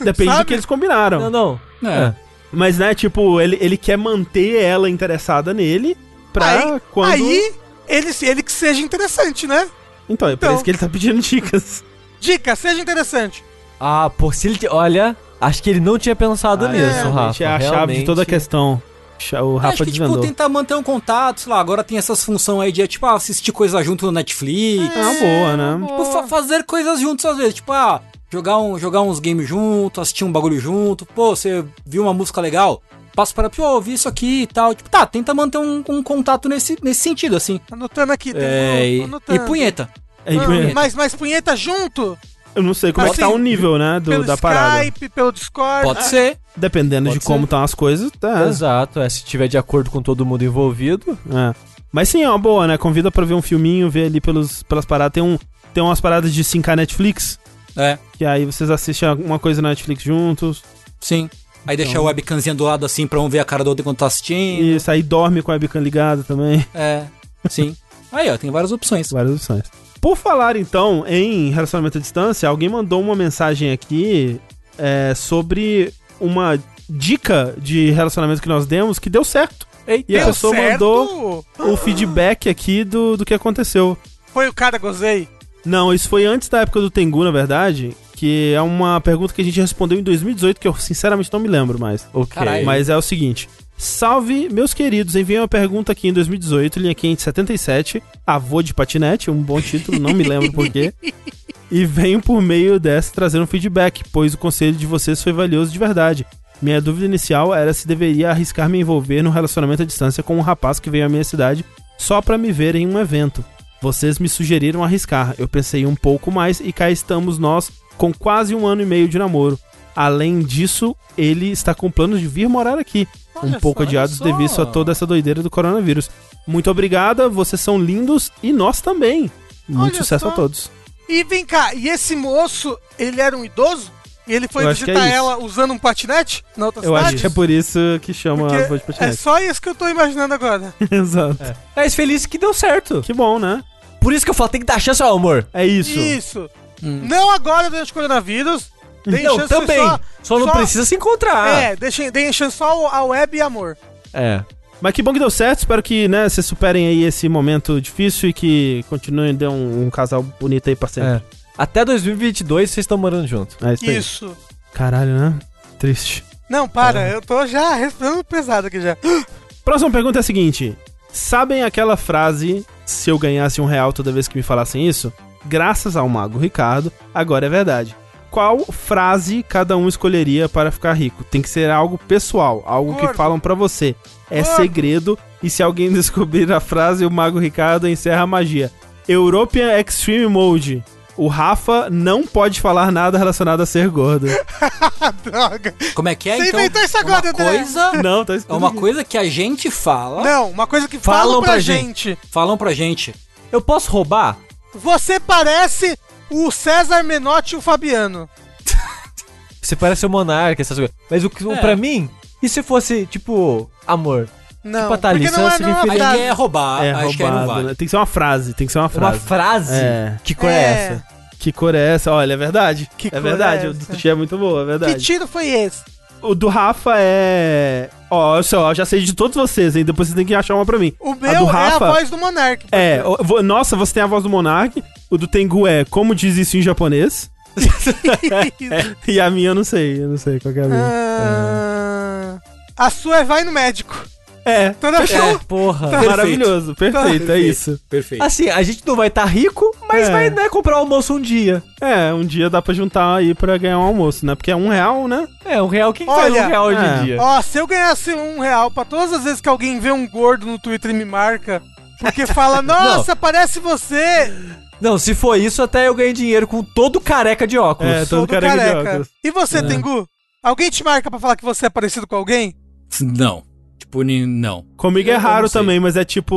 [SPEAKER 1] Depende do
[SPEAKER 3] Sabe?
[SPEAKER 1] que eles combinaram.
[SPEAKER 4] Não, não.
[SPEAKER 2] É.
[SPEAKER 1] Mas, né, tipo, ele, ele quer manter ela interessada nele pra
[SPEAKER 3] Aí-
[SPEAKER 1] quando.
[SPEAKER 3] Aí, ele, se- ele que seja interessante, né?
[SPEAKER 1] Então, é por
[SPEAKER 3] Então.
[SPEAKER 1] isso que ele tá pedindo dicas.
[SPEAKER 3] Dica, seja interessante.
[SPEAKER 4] Ah, pô, se ele. te- Olha, Acho que ele não tinha pensado
[SPEAKER 1] Ah,
[SPEAKER 4] nisso,
[SPEAKER 1] realmente
[SPEAKER 4] Rafa.
[SPEAKER 1] é a chave de toda a
[SPEAKER 4] realmente.
[SPEAKER 1] questão. Cha- O Rafa
[SPEAKER 2] acho que, tipo,
[SPEAKER 1] desvendou.
[SPEAKER 2] tentar manter um contato, sei lá, agora tem essas funções aí de, tipo, ah, assistir coisa junto no Netflix.
[SPEAKER 1] É uma boa, né?
[SPEAKER 2] Tipo, fa- fazer coisas juntos às vezes. Tipo, ah, jogar, um, jogar uns games junto, assistir um bagulho junto. Pô, você viu uma música legal? Passa para, pô, ouvi isso aqui e tal. Tipo, tá, tenta manter um, um contato nesse, nesse sentido, assim.
[SPEAKER 3] tá Anotando aqui, tem
[SPEAKER 2] É,
[SPEAKER 3] um-
[SPEAKER 2] e, e
[SPEAKER 3] anotando.
[SPEAKER 2] punheta.
[SPEAKER 1] A gente-
[SPEAKER 3] Não, mas, mas punheta junto?
[SPEAKER 1] eu não sei como é que tá
[SPEAKER 3] assim,
[SPEAKER 1] o nível, né, do,
[SPEAKER 3] pelo
[SPEAKER 1] da parada.
[SPEAKER 3] Skype, pelo
[SPEAKER 1] É.
[SPEAKER 3] Discord.
[SPEAKER 2] Pode ser.
[SPEAKER 1] Dependendo
[SPEAKER 2] Pode
[SPEAKER 1] de como
[SPEAKER 2] ser.
[SPEAKER 1] estão as coisas, tá.
[SPEAKER 4] Exato, é, se tiver de acordo com todo mundo envolvido.
[SPEAKER 1] É. Mas sim, é uma boa, né? Convida pra ver um filminho, ver ali pelos, pelas paradas. Tem, um, tem umas paradas de 5K Netflix,
[SPEAKER 2] É,
[SPEAKER 1] que aí vocês assistem uma coisa na Netflix juntos.
[SPEAKER 2] sim. Aí deixar a webcamzinha do lado assim pra um ver a cara do outro enquanto tá assistindo.
[SPEAKER 1] Então. Isso, aí dorme com a webcam ligada também.
[SPEAKER 2] É, sim. Aí, ó, tem várias opções.
[SPEAKER 1] Várias opções. Por falar, então, em relacionamento à distância, alguém mandou uma mensagem aqui é, sobre uma dica de relacionamento que nós demos que deu certo.
[SPEAKER 2] Eita.
[SPEAKER 1] E a
[SPEAKER 3] Deu
[SPEAKER 1] pessoa
[SPEAKER 3] certo?
[SPEAKER 1] mandou o feedback aqui do, do que aconteceu.
[SPEAKER 3] Foi o cara, gozei.
[SPEAKER 1] Não, isso foi antes da época do Tengu, na verdade, que é uma pergunta que a gente respondeu em 2018, que eu sinceramente não me lembro mais.
[SPEAKER 4] Ok.
[SPEAKER 2] Caralho.
[SPEAKER 1] Mas é o seguinte. Salve, meus queridos. Enviei uma pergunta aqui em 2018, linha quente 77, avô de patinete, um bom título, não me lembro porquê. E venho por meio dessa trazer um feedback, pois o conselho de vocês foi valioso de verdade. Minha dúvida inicial era se deveria arriscar me envolver num relacionamento à distância com um rapaz que veio à minha cidade só pra me ver em um evento. Vocês me sugeriram arriscar, eu pensei um pouco mais e cá estamos nós com quase um ano e meio de namoro. Além disso, ele está com planos de vir morar aqui, um
[SPEAKER 2] Olha
[SPEAKER 1] pouco
[SPEAKER 2] só,
[SPEAKER 1] adiados
[SPEAKER 2] olha só.
[SPEAKER 1] devido a toda essa doideira do coronavírus. Muito obrigada, vocês são lindos e nós também. Muito
[SPEAKER 3] Olha
[SPEAKER 1] sucesso
[SPEAKER 3] só.
[SPEAKER 1] a todos.
[SPEAKER 3] E vem cá, e esse moço, ele era um idoso? E ele foi
[SPEAKER 1] Eu acho que
[SPEAKER 3] visitar
[SPEAKER 1] é isso.
[SPEAKER 3] ela usando um patinete na outra
[SPEAKER 1] Eu
[SPEAKER 3] cidade?
[SPEAKER 1] acho que é por isso que chama
[SPEAKER 3] Porque
[SPEAKER 1] avô de
[SPEAKER 3] É
[SPEAKER 1] patinete.
[SPEAKER 3] só isso que eu tô imaginando agora.
[SPEAKER 1] Exato.
[SPEAKER 4] Mas é feliz que deu certo.
[SPEAKER 1] Que bom, né?
[SPEAKER 4] Por isso que eu falo, tem que dar chance ao amor.
[SPEAKER 1] É isso.
[SPEAKER 3] Isso.
[SPEAKER 2] Hum.
[SPEAKER 3] Não agora durante o coronavírus. Deem
[SPEAKER 4] não,
[SPEAKER 3] chance
[SPEAKER 4] também.
[SPEAKER 3] Só,
[SPEAKER 4] Só, não
[SPEAKER 3] só-
[SPEAKER 4] precisa se
[SPEAKER 1] Ah.
[SPEAKER 4] encontrar.
[SPEAKER 3] É, deixem, deem chance só ao- a web e amor.
[SPEAKER 4] É.
[SPEAKER 1] Mas que bom que deu certo. Espero que, né, vocês superem aí esse momento difícil e que continuem de um, um casal bonito aí pra sempre.
[SPEAKER 4] é. Até 2022 vocês estão morando junto.
[SPEAKER 1] É, isso, aí.
[SPEAKER 3] Isso.
[SPEAKER 1] Caralho, né? Triste.
[SPEAKER 3] Não, para,
[SPEAKER 1] É.
[SPEAKER 3] eu tô já respirando pesado aqui já.
[SPEAKER 1] Próxima pergunta é a seguinte: Sabem aquela frase, se eu ganhasse um real toda vez que me falassem isso? Graças ao mago Ricardo, agora é verdade. Qual frase cada um escolheria para ficar rico? Tem que ser algo pessoal, algo que
[SPEAKER 3] Gordo.
[SPEAKER 1] falam pra você. É
[SPEAKER 3] Gordo.
[SPEAKER 1] segredo e se alguém descobrir a frase, o mago Ricardo encerra a magia. European Extreme Mode. O Rafa não pode falar nada relacionado a ser gordo.
[SPEAKER 3] Ah, droga.
[SPEAKER 2] Como é que é,
[SPEAKER 3] Você
[SPEAKER 2] então?
[SPEAKER 3] inventou isso agora,
[SPEAKER 2] uma
[SPEAKER 3] André.
[SPEAKER 2] coisa,
[SPEAKER 1] Não, tá
[SPEAKER 2] é
[SPEAKER 1] escrito.
[SPEAKER 2] uma coisa que a gente fala,
[SPEAKER 3] Não, uma coisa que
[SPEAKER 4] Falam
[SPEAKER 3] falam pra,
[SPEAKER 4] pra
[SPEAKER 3] gente.
[SPEAKER 2] falam pra gente.
[SPEAKER 4] Eu posso roubar?
[SPEAKER 3] Você parece o César Menotti e o Fabiano.
[SPEAKER 4] Você parece o monarca, essas coisas. Mas o que o-
[SPEAKER 2] É.
[SPEAKER 4] pra mim, e se fosse, tipo, amor?
[SPEAKER 3] Não,
[SPEAKER 4] Tipo a Thalissa,
[SPEAKER 3] porque não é,
[SPEAKER 4] seria
[SPEAKER 3] não é uma
[SPEAKER 2] Aí
[SPEAKER 3] frase.
[SPEAKER 2] é roubar,
[SPEAKER 1] É
[SPEAKER 2] acho que aí não
[SPEAKER 1] roubado,
[SPEAKER 2] vale.
[SPEAKER 1] né? Tem que ser uma frase, tem que ser uma frase.
[SPEAKER 4] Uma frase?
[SPEAKER 1] É.
[SPEAKER 4] Que cor é,
[SPEAKER 3] É.
[SPEAKER 4] essa?
[SPEAKER 1] Que cor é essa? Olha, é verdade.
[SPEAKER 3] Que
[SPEAKER 1] é
[SPEAKER 3] cor
[SPEAKER 1] verdade,
[SPEAKER 3] é
[SPEAKER 1] o do
[SPEAKER 3] essa?
[SPEAKER 1] Tuxi é muito boa, é
[SPEAKER 3] Que
[SPEAKER 1] verdade.
[SPEAKER 3] tiro foi esse?
[SPEAKER 1] O do Rafa é. Ó, eu só- eu já sei de todos vocês, hein? Depois vocês têm que achar uma pra mim.
[SPEAKER 3] O
[SPEAKER 1] do
[SPEAKER 3] meu é a
[SPEAKER 1] Rafa?
[SPEAKER 3] voz do Monark.
[SPEAKER 1] É, o- vo- nossa, você tem a voz do Monark, o do Tengu é como diz isso em japonês. E a minha eu não sei, eu não sei qual que é a minha.
[SPEAKER 3] Ah, a sua é vai no médico.
[SPEAKER 1] É,
[SPEAKER 3] Então não achou?
[SPEAKER 4] É, porra.
[SPEAKER 2] Perfeito.
[SPEAKER 1] maravilhoso, perfeito, é
[SPEAKER 2] Perfeito,
[SPEAKER 1] isso.
[SPEAKER 2] Perfeito.
[SPEAKER 4] Assim, a gente não vai estar rico, mas
[SPEAKER 1] É.
[SPEAKER 4] vai né, comprar almoço um dia.
[SPEAKER 1] É, um dia dá pra juntar aí pra ganhar um almoço, né? Porque é um real, né?
[SPEAKER 4] É, um real. Quem que faz
[SPEAKER 3] Olha,
[SPEAKER 4] um real hoje
[SPEAKER 1] é.
[SPEAKER 4] em dia?
[SPEAKER 3] Ó, se eu ganhasse um real pra todas as vezes que alguém vê um gordo no Twitter e me marca, porque fala, nossa, parece você,
[SPEAKER 4] Não, se for isso, até eu ganho dinheiro com todo careca de óculos.
[SPEAKER 1] É,
[SPEAKER 3] sou
[SPEAKER 1] todo
[SPEAKER 3] do
[SPEAKER 1] careca de
[SPEAKER 3] careca.
[SPEAKER 1] óculos.
[SPEAKER 3] E você, Tengu? Alguém te marca pra falar que você é parecido com alguém?
[SPEAKER 2] Não. Tipo, ni- não.
[SPEAKER 1] Comigo é
[SPEAKER 2] Eu- eu
[SPEAKER 1] raro
[SPEAKER 2] não sei.
[SPEAKER 1] também, mas é tipo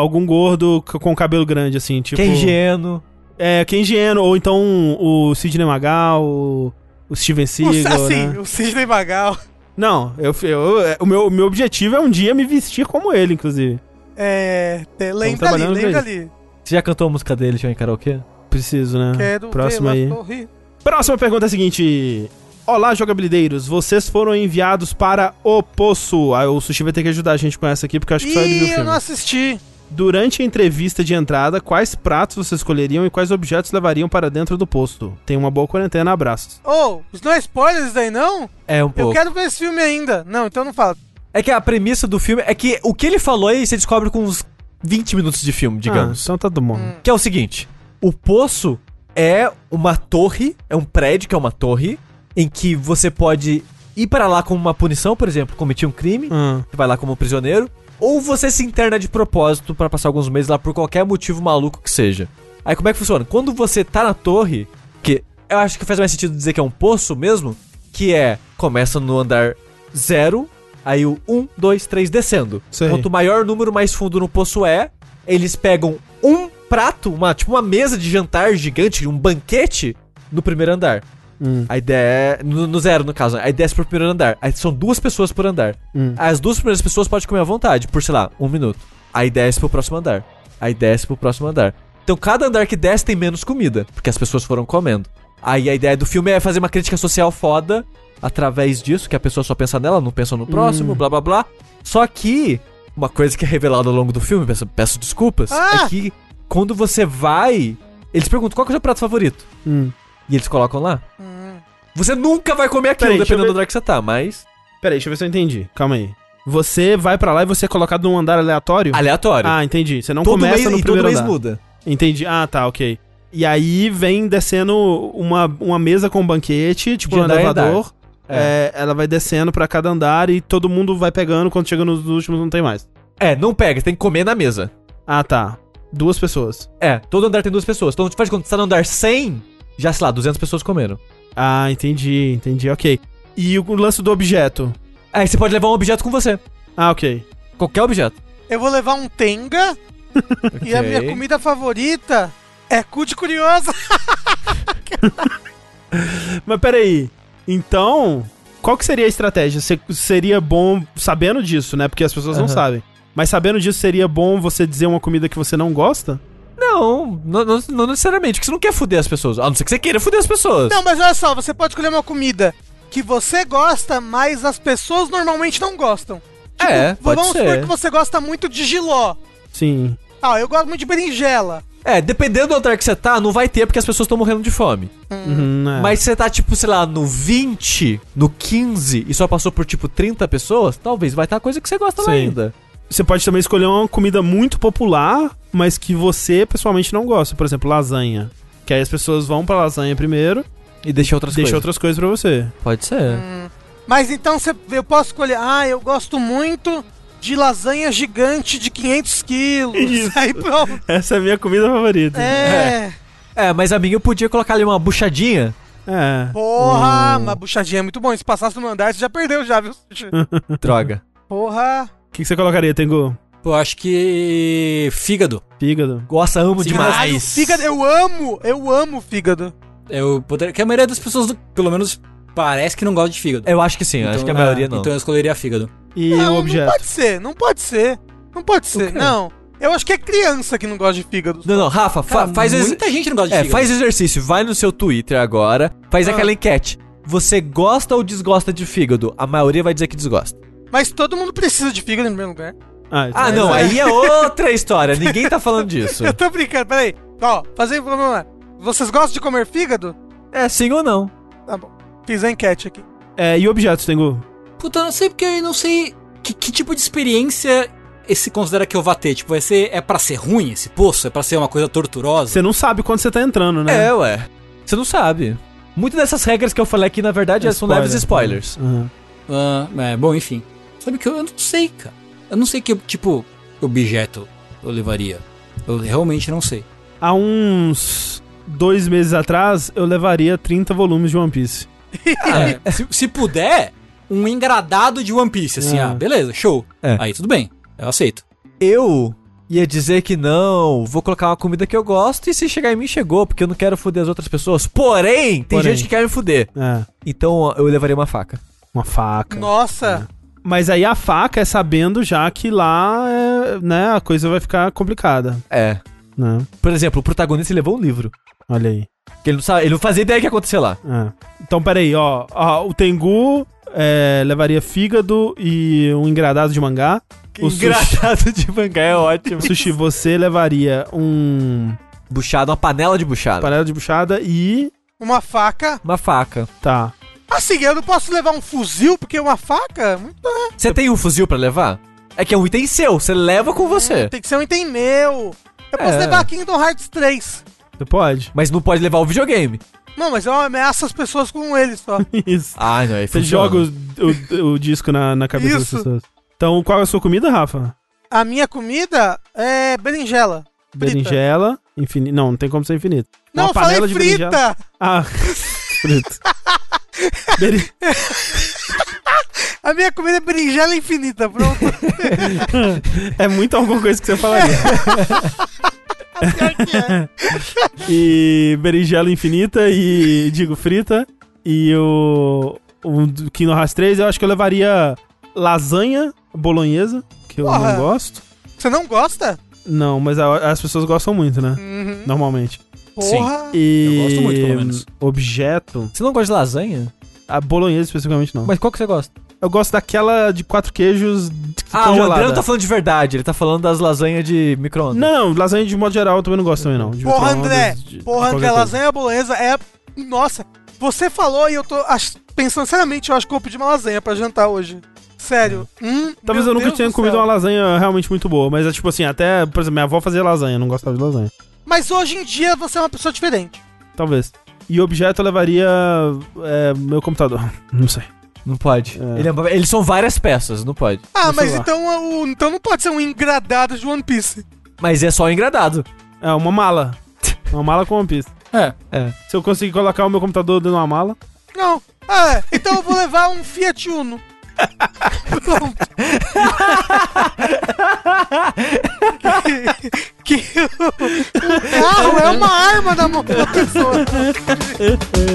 [SPEAKER 1] algum gordo c- com cabelo grande, assim, tipo.
[SPEAKER 4] Quem ingênuo.
[SPEAKER 1] É, Ken Geno, ou então o Sidney Magal, o, o Steven
[SPEAKER 3] O-
[SPEAKER 1] Seagal,
[SPEAKER 3] assim,
[SPEAKER 1] né?
[SPEAKER 3] o Sidney Magal.
[SPEAKER 1] Não, eu, eu- é, o meu, o meu objetivo é um dia me vestir como ele, inclusive.
[SPEAKER 3] É. te- lembra ali,
[SPEAKER 1] trabalhando pra
[SPEAKER 3] lembra ali.
[SPEAKER 4] Você já cantou a música dele, já em karaokê?
[SPEAKER 1] Preciso, né?
[SPEAKER 3] Quero
[SPEAKER 1] Próximo
[SPEAKER 3] vê-la
[SPEAKER 1] aí.
[SPEAKER 3] sorrir.
[SPEAKER 1] Próxima pergunta é a seguinte. Olá, jogabilideiros. Vocês foram enviados para o Poço. Ah, o Sushi vai ter que ajudar a gente com essa aqui, porque eu acho que só ele viu o
[SPEAKER 3] Ih, eu
[SPEAKER 1] filme.
[SPEAKER 3] não assisti.
[SPEAKER 1] Durante a entrevista de entrada, quais pratos vocês escolheriam e quais objetos levariam para dentro do posto? Tenha uma boa quarentena, abraços.
[SPEAKER 3] Ô, isso não é spoiler isso daí, não?
[SPEAKER 4] É um
[SPEAKER 3] Eu
[SPEAKER 4] pouco.
[SPEAKER 3] quero ver esse filme ainda. Não, então não fala.
[SPEAKER 4] É que a premissa do filme é que o que ele falou aí você descobre com uns 20 minutos de filme, digamos.
[SPEAKER 1] Ah, então tá do bom.
[SPEAKER 4] Que é o seguinte: o poço é uma torre, é um prédio que é uma torre, em que você pode ir pra lá como uma punição, por exemplo, cometer um crime,
[SPEAKER 1] Ah,
[SPEAKER 4] você vai lá como prisioneiro, ou você se interna de propósito pra passar alguns meses lá por qualquer motivo maluco que seja. Aí como é que funciona? Quando você tá na torre, que eu acho que faz mais sentido dizer que é um poço mesmo, que é começa no andar zero, aí o 1, 2, 3 descendo.
[SPEAKER 1] Sei.
[SPEAKER 4] Quanto maior número, mais fundo no poço é. Eles pegam um prato, uma tipo uma mesa de jantar gigante, um banquete no primeiro andar.
[SPEAKER 1] hum,
[SPEAKER 4] A ideia é. No, no zero, no caso. né? Aí desce pro primeiro andar. Aí são duas pessoas por andar.
[SPEAKER 1] hum.
[SPEAKER 4] As duas primeiras pessoas podem comer à vontade, por sei lá, um minuto. Aí desce pro próximo andar. Aí desce pro próximo andar. Então cada andar que desce tem menos comida, porque as pessoas foram comendo. Aí a ideia do filme é fazer uma crítica social foda através disso, que a pessoa só pensa nela, não pensa no próximo,
[SPEAKER 1] Hum.
[SPEAKER 4] blá blá blá. Só que, uma coisa que é revelada ao longo do filme, peço, peço desculpas,
[SPEAKER 3] Ah!
[SPEAKER 4] é que quando você vai, eles perguntam qual que é o seu prato favorito.
[SPEAKER 1] Hum.
[SPEAKER 4] E eles colocam lá.
[SPEAKER 3] Hum.
[SPEAKER 4] Você nunca vai comer aquilo,
[SPEAKER 1] Peraí, deixa eu
[SPEAKER 4] dependendo do
[SPEAKER 1] ver. Ah,
[SPEAKER 4] andar que você tá, mas.
[SPEAKER 1] Peraí, deixa eu ver se eu entendi. Calma aí. Você vai pra lá e você é colocado num andar aleatório?
[SPEAKER 4] Aleatório.
[SPEAKER 1] Ah, entendi. Você não
[SPEAKER 4] todo
[SPEAKER 1] começa
[SPEAKER 4] mês,
[SPEAKER 1] no
[SPEAKER 4] e todo
[SPEAKER 1] primeiro
[SPEAKER 4] mês
[SPEAKER 1] andar.
[SPEAKER 4] muda.
[SPEAKER 1] Entendi. Ah, tá, ok. E aí vem descendo uma, uma mesa com um banquete, tipo
[SPEAKER 4] De
[SPEAKER 1] um
[SPEAKER 4] andar em
[SPEAKER 1] elevador.
[SPEAKER 4] andar.
[SPEAKER 1] É, ela vai descendo pra cada andar e todo mundo vai pegando. Quando chega nos últimos, não tem mais.
[SPEAKER 4] É, não pega, tem que comer na mesa.
[SPEAKER 1] Ah, tá. Duas pessoas.
[SPEAKER 4] É, todo andar tem duas pessoas. Então, faz de conta, você tá no andar 100, já, sei lá, 200 pessoas comeram.
[SPEAKER 1] Ah, entendi, entendi, ok. E o lance do objeto?
[SPEAKER 4] Aí você pode levar um objeto com você.
[SPEAKER 1] Ah, ok.
[SPEAKER 4] Qualquer objeto.
[SPEAKER 3] Eu vou levar um Tenga e a
[SPEAKER 4] Ok.
[SPEAKER 3] minha comida favorita é cu de curiosa.
[SPEAKER 1] Mas peraí. Então, qual que seria a estratégia? Se- seria bom, sabendo disso, né? Porque as pessoas não
[SPEAKER 4] Aham.
[SPEAKER 1] sabem. Mas sabendo disso, seria bom você dizer uma comida que você não gosta?
[SPEAKER 4] Não, não, não- não necessariamente, porque você não quer foder as pessoas. A não ser que você queira foder as pessoas.
[SPEAKER 3] Não, mas olha só, você pode escolher uma comida que você gosta, mas as pessoas normalmente não gostam.
[SPEAKER 4] é,
[SPEAKER 3] Vou-
[SPEAKER 4] pode
[SPEAKER 3] Vamos supor
[SPEAKER 4] ser.
[SPEAKER 3] que você gosta muito de giló.
[SPEAKER 1] Sim.
[SPEAKER 3] Ah, eu gosto muito de berinjela.
[SPEAKER 4] É, dependendo do andar que você tá, não vai ter porque as pessoas estão morrendo de fome.
[SPEAKER 1] Uhum, é.
[SPEAKER 4] Mas se você tá, tipo, sei lá, no 20, no 15 e só passou por, tipo, 30 pessoas, talvez vai estar coisa que você gosta lá
[SPEAKER 1] Sim.
[SPEAKER 4] ainda.
[SPEAKER 1] Você pode também escolher uma comida muito popular, mas que você pessoalmente não gosta. Por exemplo, lasanha. Que aí as pessoas vão pra lasanha primeiro,
[SPEAKER 4] E deixar outras
[SPEAKER 1] deixa
[SPEAKER 4] coisas.
[SPEAKER 1] outras coisas pra você.
[SPEAKER 4] Pode ser.
[SPEAKER 3] Mas então você, eu posso escolher. Ah, eu gosto muito de lasanha gigante de 500 quilos.
[SPEAKER 1] Isso.
[SPEAKER 3] Aí pronto.
[SPEAKER 1] Essa é a minha comida favorita.
[SPEAKER 3] É.
[SPEAKER 4] É, mas a minha eu podia colocar ali uma buchadinha.
[SPEAKER 1] É.
[SPEAKER 3] Porra,
[SPEAKER 1] Hum.
[SPEAKER 3] uma buchadinha é muito bom. Se passasse no andar, você já perdeu já, viu?
[SPEAKER 4] Droga.
[SPEAKER 3] Porra.
[SPEAKER 1] O que, que você colocaria, Tengu?
[SPEAKER 2] Eu acho que. Fígado.
[SPEAKER 1] Fígado?
[SPEAKER 4] Gosta, amo
[SPEAKER 2] Sim,
[SPEAKER 4] demais.
[SPEAKER 3] Caralho, fígado, eu amo, eu amo fígado.
[SPEAKER 2] Eu poderia. É Que a maioria das pessoas, pelo menos, parece que não gosta de fígado.
[SPEAKER 4] Eu acho que sim, acho que a maioria
[SPEAKER 2] é,
[SPEAKER 4] não.
[SPEAKER 2] Então eu escolheria fígado.
[SPEAKER 1] E
[SPEAKER 3] não,
[SPEAKER 1] o
[SPEAKER 3] não
[SPEAKER 1] objeto?
[SPEAKER 3] pode ser, não pode ser. Não pode ser,
[SPEAKER 2] quê?
[SPEAKER 3] não. Eu acho que é criança que não gosta de fígado.
[SPEAKER 4] Não, não, Rafa, fa-
[SPEAKER 2] Cara,
[SPEAKER 4] faz, o ex-
[SPEAKER 2] muita gente não gosta de
[SPEAKER 4] é,
[SPEAKER 2] fígado.
[SPEAKER 4] faz o exercício. Vai no seu Twitter agora, faz
[SPEAKER 3] Ah.
[SPEAKER 4] aquela enquete. Você gosta ou desgosta de fígado? A maioria vai dizer que desgosta.
[SPEAKER 3] Mas todo mundo precisa de fígado em primeiro lugar.
[SPEAKER 1] isso
[SPEAKER 4] Ah,
[SPEAKER 1] é-
[SPEAKER 4] não, aí é outra história. Ninguém tá falando disso.
[SPEAKER 3] Eu tô brincando, peraí. Ó, fazer vamos lá. Vocês gostam de comer fígado?
[SPEAKER 4] É sim ou não?
[SPEAKER 3] Tá bom. Fiz a enquete aqui.
[SPEAKER 1] É, e objetos, Tengu?
[SPEAKER 2] Puta, eu não sei porque eu não sei que, que tipo de experiência esse considera que eu vá ter. Tipo, vai ser. É pra ser ruim esse poço? É pra ser uma coisa torturosa?
[SPEAKER 1] Você não sabe quando você tá entrando, né?
[SPEAKER 4] É, ué. Você não sabe. Muitas dessas regras que eu falei aqui, na verdade, são leves spoilers.
[SPEAKER 1] Uhum.
[SPEAKER 2] Ah, é, bom, enfim. Sabe que eu, eu não sei, cara. Eu não sei que, tipo, objeto eu levaria. Eu realmente não sei.
[SPEAKER 1] Há uns dois meses atrás, eu levaria 30 volumes de One Piece.
[SPEAKER 2] É, se, se puder, um engradado de One Piece, assim,
[SPEAKER 1] É.
[SPEAKER 2] ah, beleza, show.
[SPEAKER 4] É.
[SPEAKER 2] Aí tudo bem, eu aceito.
[SPEAKER 4] né? Eu ia dizer que não, vou colocar uma comida que eu gosto e se chegar em mim, chegou, porque eu não quero foder as outras pessoas. Porém, tem
[SPEAKER 1] Porém.
[SPEAKER 4] gente que quer me foder.
[SPEAKER 1] É,
[SPEAKER 4] Então eu levaria uma faca.
[SPEAKER 1] uma faca.
[SPEAKER 3] Nossa,
[SPEAKER 1] Mas aí a faca é sabendo já que lá, é, né, a coisa vai ficar complicada,
[SPEAKER 4] É.
[SPEAKER 1] né?
[SPEAKER 4] Por exemplo, o protagonista levou um livro.
[SPEAKER 1] Olha aí.
[SPEAKER 4] Que ele não sabe, ele não fazia ideia do que ia acontecer lá.
[SPEAKER 1] É. Então, peraí, ó. ó o Tengu é, levaria fígado e um engradado de mangá. o sushi,
[SPEAKER 4] Engraçado de mangá é ótimo.
[SPEAKER 1] sushi, você levaria um
[SPEAKER 4] Buchada, uma panela de buchada.
[SPEAKER 1] panela de buchada e.
[SPEAKER 3] Uma faca.
[SPEAKER 4] Uma faca.
[SPEAKER 1] Tá.
[SPEAKER 3] Assim, eu não posso levar um fuzil, porque uma faca muito-
[SPEAKER 4] Você tem um fuzil pra levar? É que é um item seu, você leva com
[SPEAKER 1] É.
[SPEAKER 4] você.
[SPEAKER 3] tem que ser um item meu. Eu posso
[SPEAKER 4] É.
[SPEAKER 3] levar Kingdom Hearts 3.
[SPEAKER 1] Você pode?
[SPEAKER 4] Mas não pode levar o videogame.
[SPEAKER 3] Não, mas eu ameaço as pessoas com ele só.
[SPEAKER 1] Isso.
[SPEAKER 4] Ah, não, aí
[SPEAKER 1] Você joga o, o- o disco na, na cabeça
[SPEAKER 3] Isso.
[SPEAKER 1] das pessoas. Então, qual é a sua comida, Rafa?
[SPEAKER 3] A minha comida é berinjela. Frita.
[SPEAKER 1] Berinjela, infinito. Não, não tem como ser infinito.
[SPEAKER 3] Não,
[SPEAKER 1] Uma
[SPEAKER 3] eu falei
[SPEAKER 1] panela de berinjela.
[SPEAKER 3] frita!
[SPEAKER 1] Ah, frito. Beri-
[SPEAKER 3] A minha comida é berinjela infinita, pronto.
[SPEAKER 1] É muito alguma coisa que você falaria.
[SPEAKER 3] Pior que é.
[SPEAKER 1] E berinjela infinita e, digo, frita. E o, o do Kingdom Hearts 3, eu acho que eu levaria lasanha bolonhesa, que eu
[SPEAKER 3] Porra.
[SPEAKER 1] não gosto.
[SPEAKER 3] Você não gosta?
[SPEAKER 1] Não, mas a- as pessoas gostam muito, né?
[SPEAKER 3] Uhum.
[SPEAKER 1] Normalmente.
[SPEAKER 2] Sim.
[SPEAKER 3] Porra.
[SPEAKER 1] E...
[SPEAKER 2] Eu gosto muito, pelo menos.
[SPEAKER 1] Objeto.
[SPEAKER 4] Você não gosta de lasanha?
[SPEAKER 1] A bolonhesa especificamente não.
[SPEAKER 4] Mas qual que você gosta?
[SPEAKER 1] Eu gosto daquela de quatro queijos
[SPEAKER 4] Ah, o
[SPEAKER 1] congelada.
[SPEAKER 4] André não tá falando de verdade, ele tá falando das lasanhas de micro-ondas.
[SPEAKER 1] Não, lasanha de modo geral eu também não gosto também não. De
[SPEAKER 3] Porra,
[SPEAKER 1] micro-ondas,
[SPEAKER 3] André.
[SPEAKER 1] de- de
[SPEAKER 3] Porra,
[SPEAKER 1] qualquer
[SPEAKER 3] André,
[SPEAKER 1] coisa.
[SPEAKER 3] lasanha bolonhesa é. Nossa, você falou e eu tô ach- pensando seriamente, eu acho que eu vou pedir uma lasanha pra jantar hoje. Sério. Hum,
[SPEAKER 1] Talvez
[SPEAKER 3] meu
[SPEAKER 1] eu nunca
[SPEAKER 3] Deus
[SPEAKER 1] tenha
[SPEAKER 3] do
[SPEAKER 1] comido
[SPEAKER 3] céu.
[SPEAKER 1] uma lasanha realmente muito boa, mas é tipo assim, até, por exemplo, minha avó fazia lasanha, eu não gostava de lasanha.
[SPEAKER 3] Mas hoje em dia você é uma pessoa diferente.
[SPEAKER 1] Talvez. E objeto eu levaria é, meu computador. Não sei.
[SPEAKER 4] Não pode.
[SPEAKER 1] É.
[SPEAKER 4] Ele é- eles são várias peças, não pode.
[SPEAKER 3] Ah,
[SPEAKER 1] Meu
[SPEAKER 3] mas
[SPEAKER 1] celular.
[SPEAKER 3] então, o- então não pode ser um engradado de One Piece.
[SPEAKER 4] Mas é só engradado.
[SPEAKER 1] É, uma mala. Uma mala com One Piece.
[SPEAKER 2] É.
[SPEAKER 1] Se eu conseguir colocar o meu computador dentro de uma mala.
[SPEAKER 3] Não. Ah, é. então eu vou levar um Fiat Uno. Pronto. que, que o, o carro é uma arma na mão da pessoa.
[SPEAKER 1] É.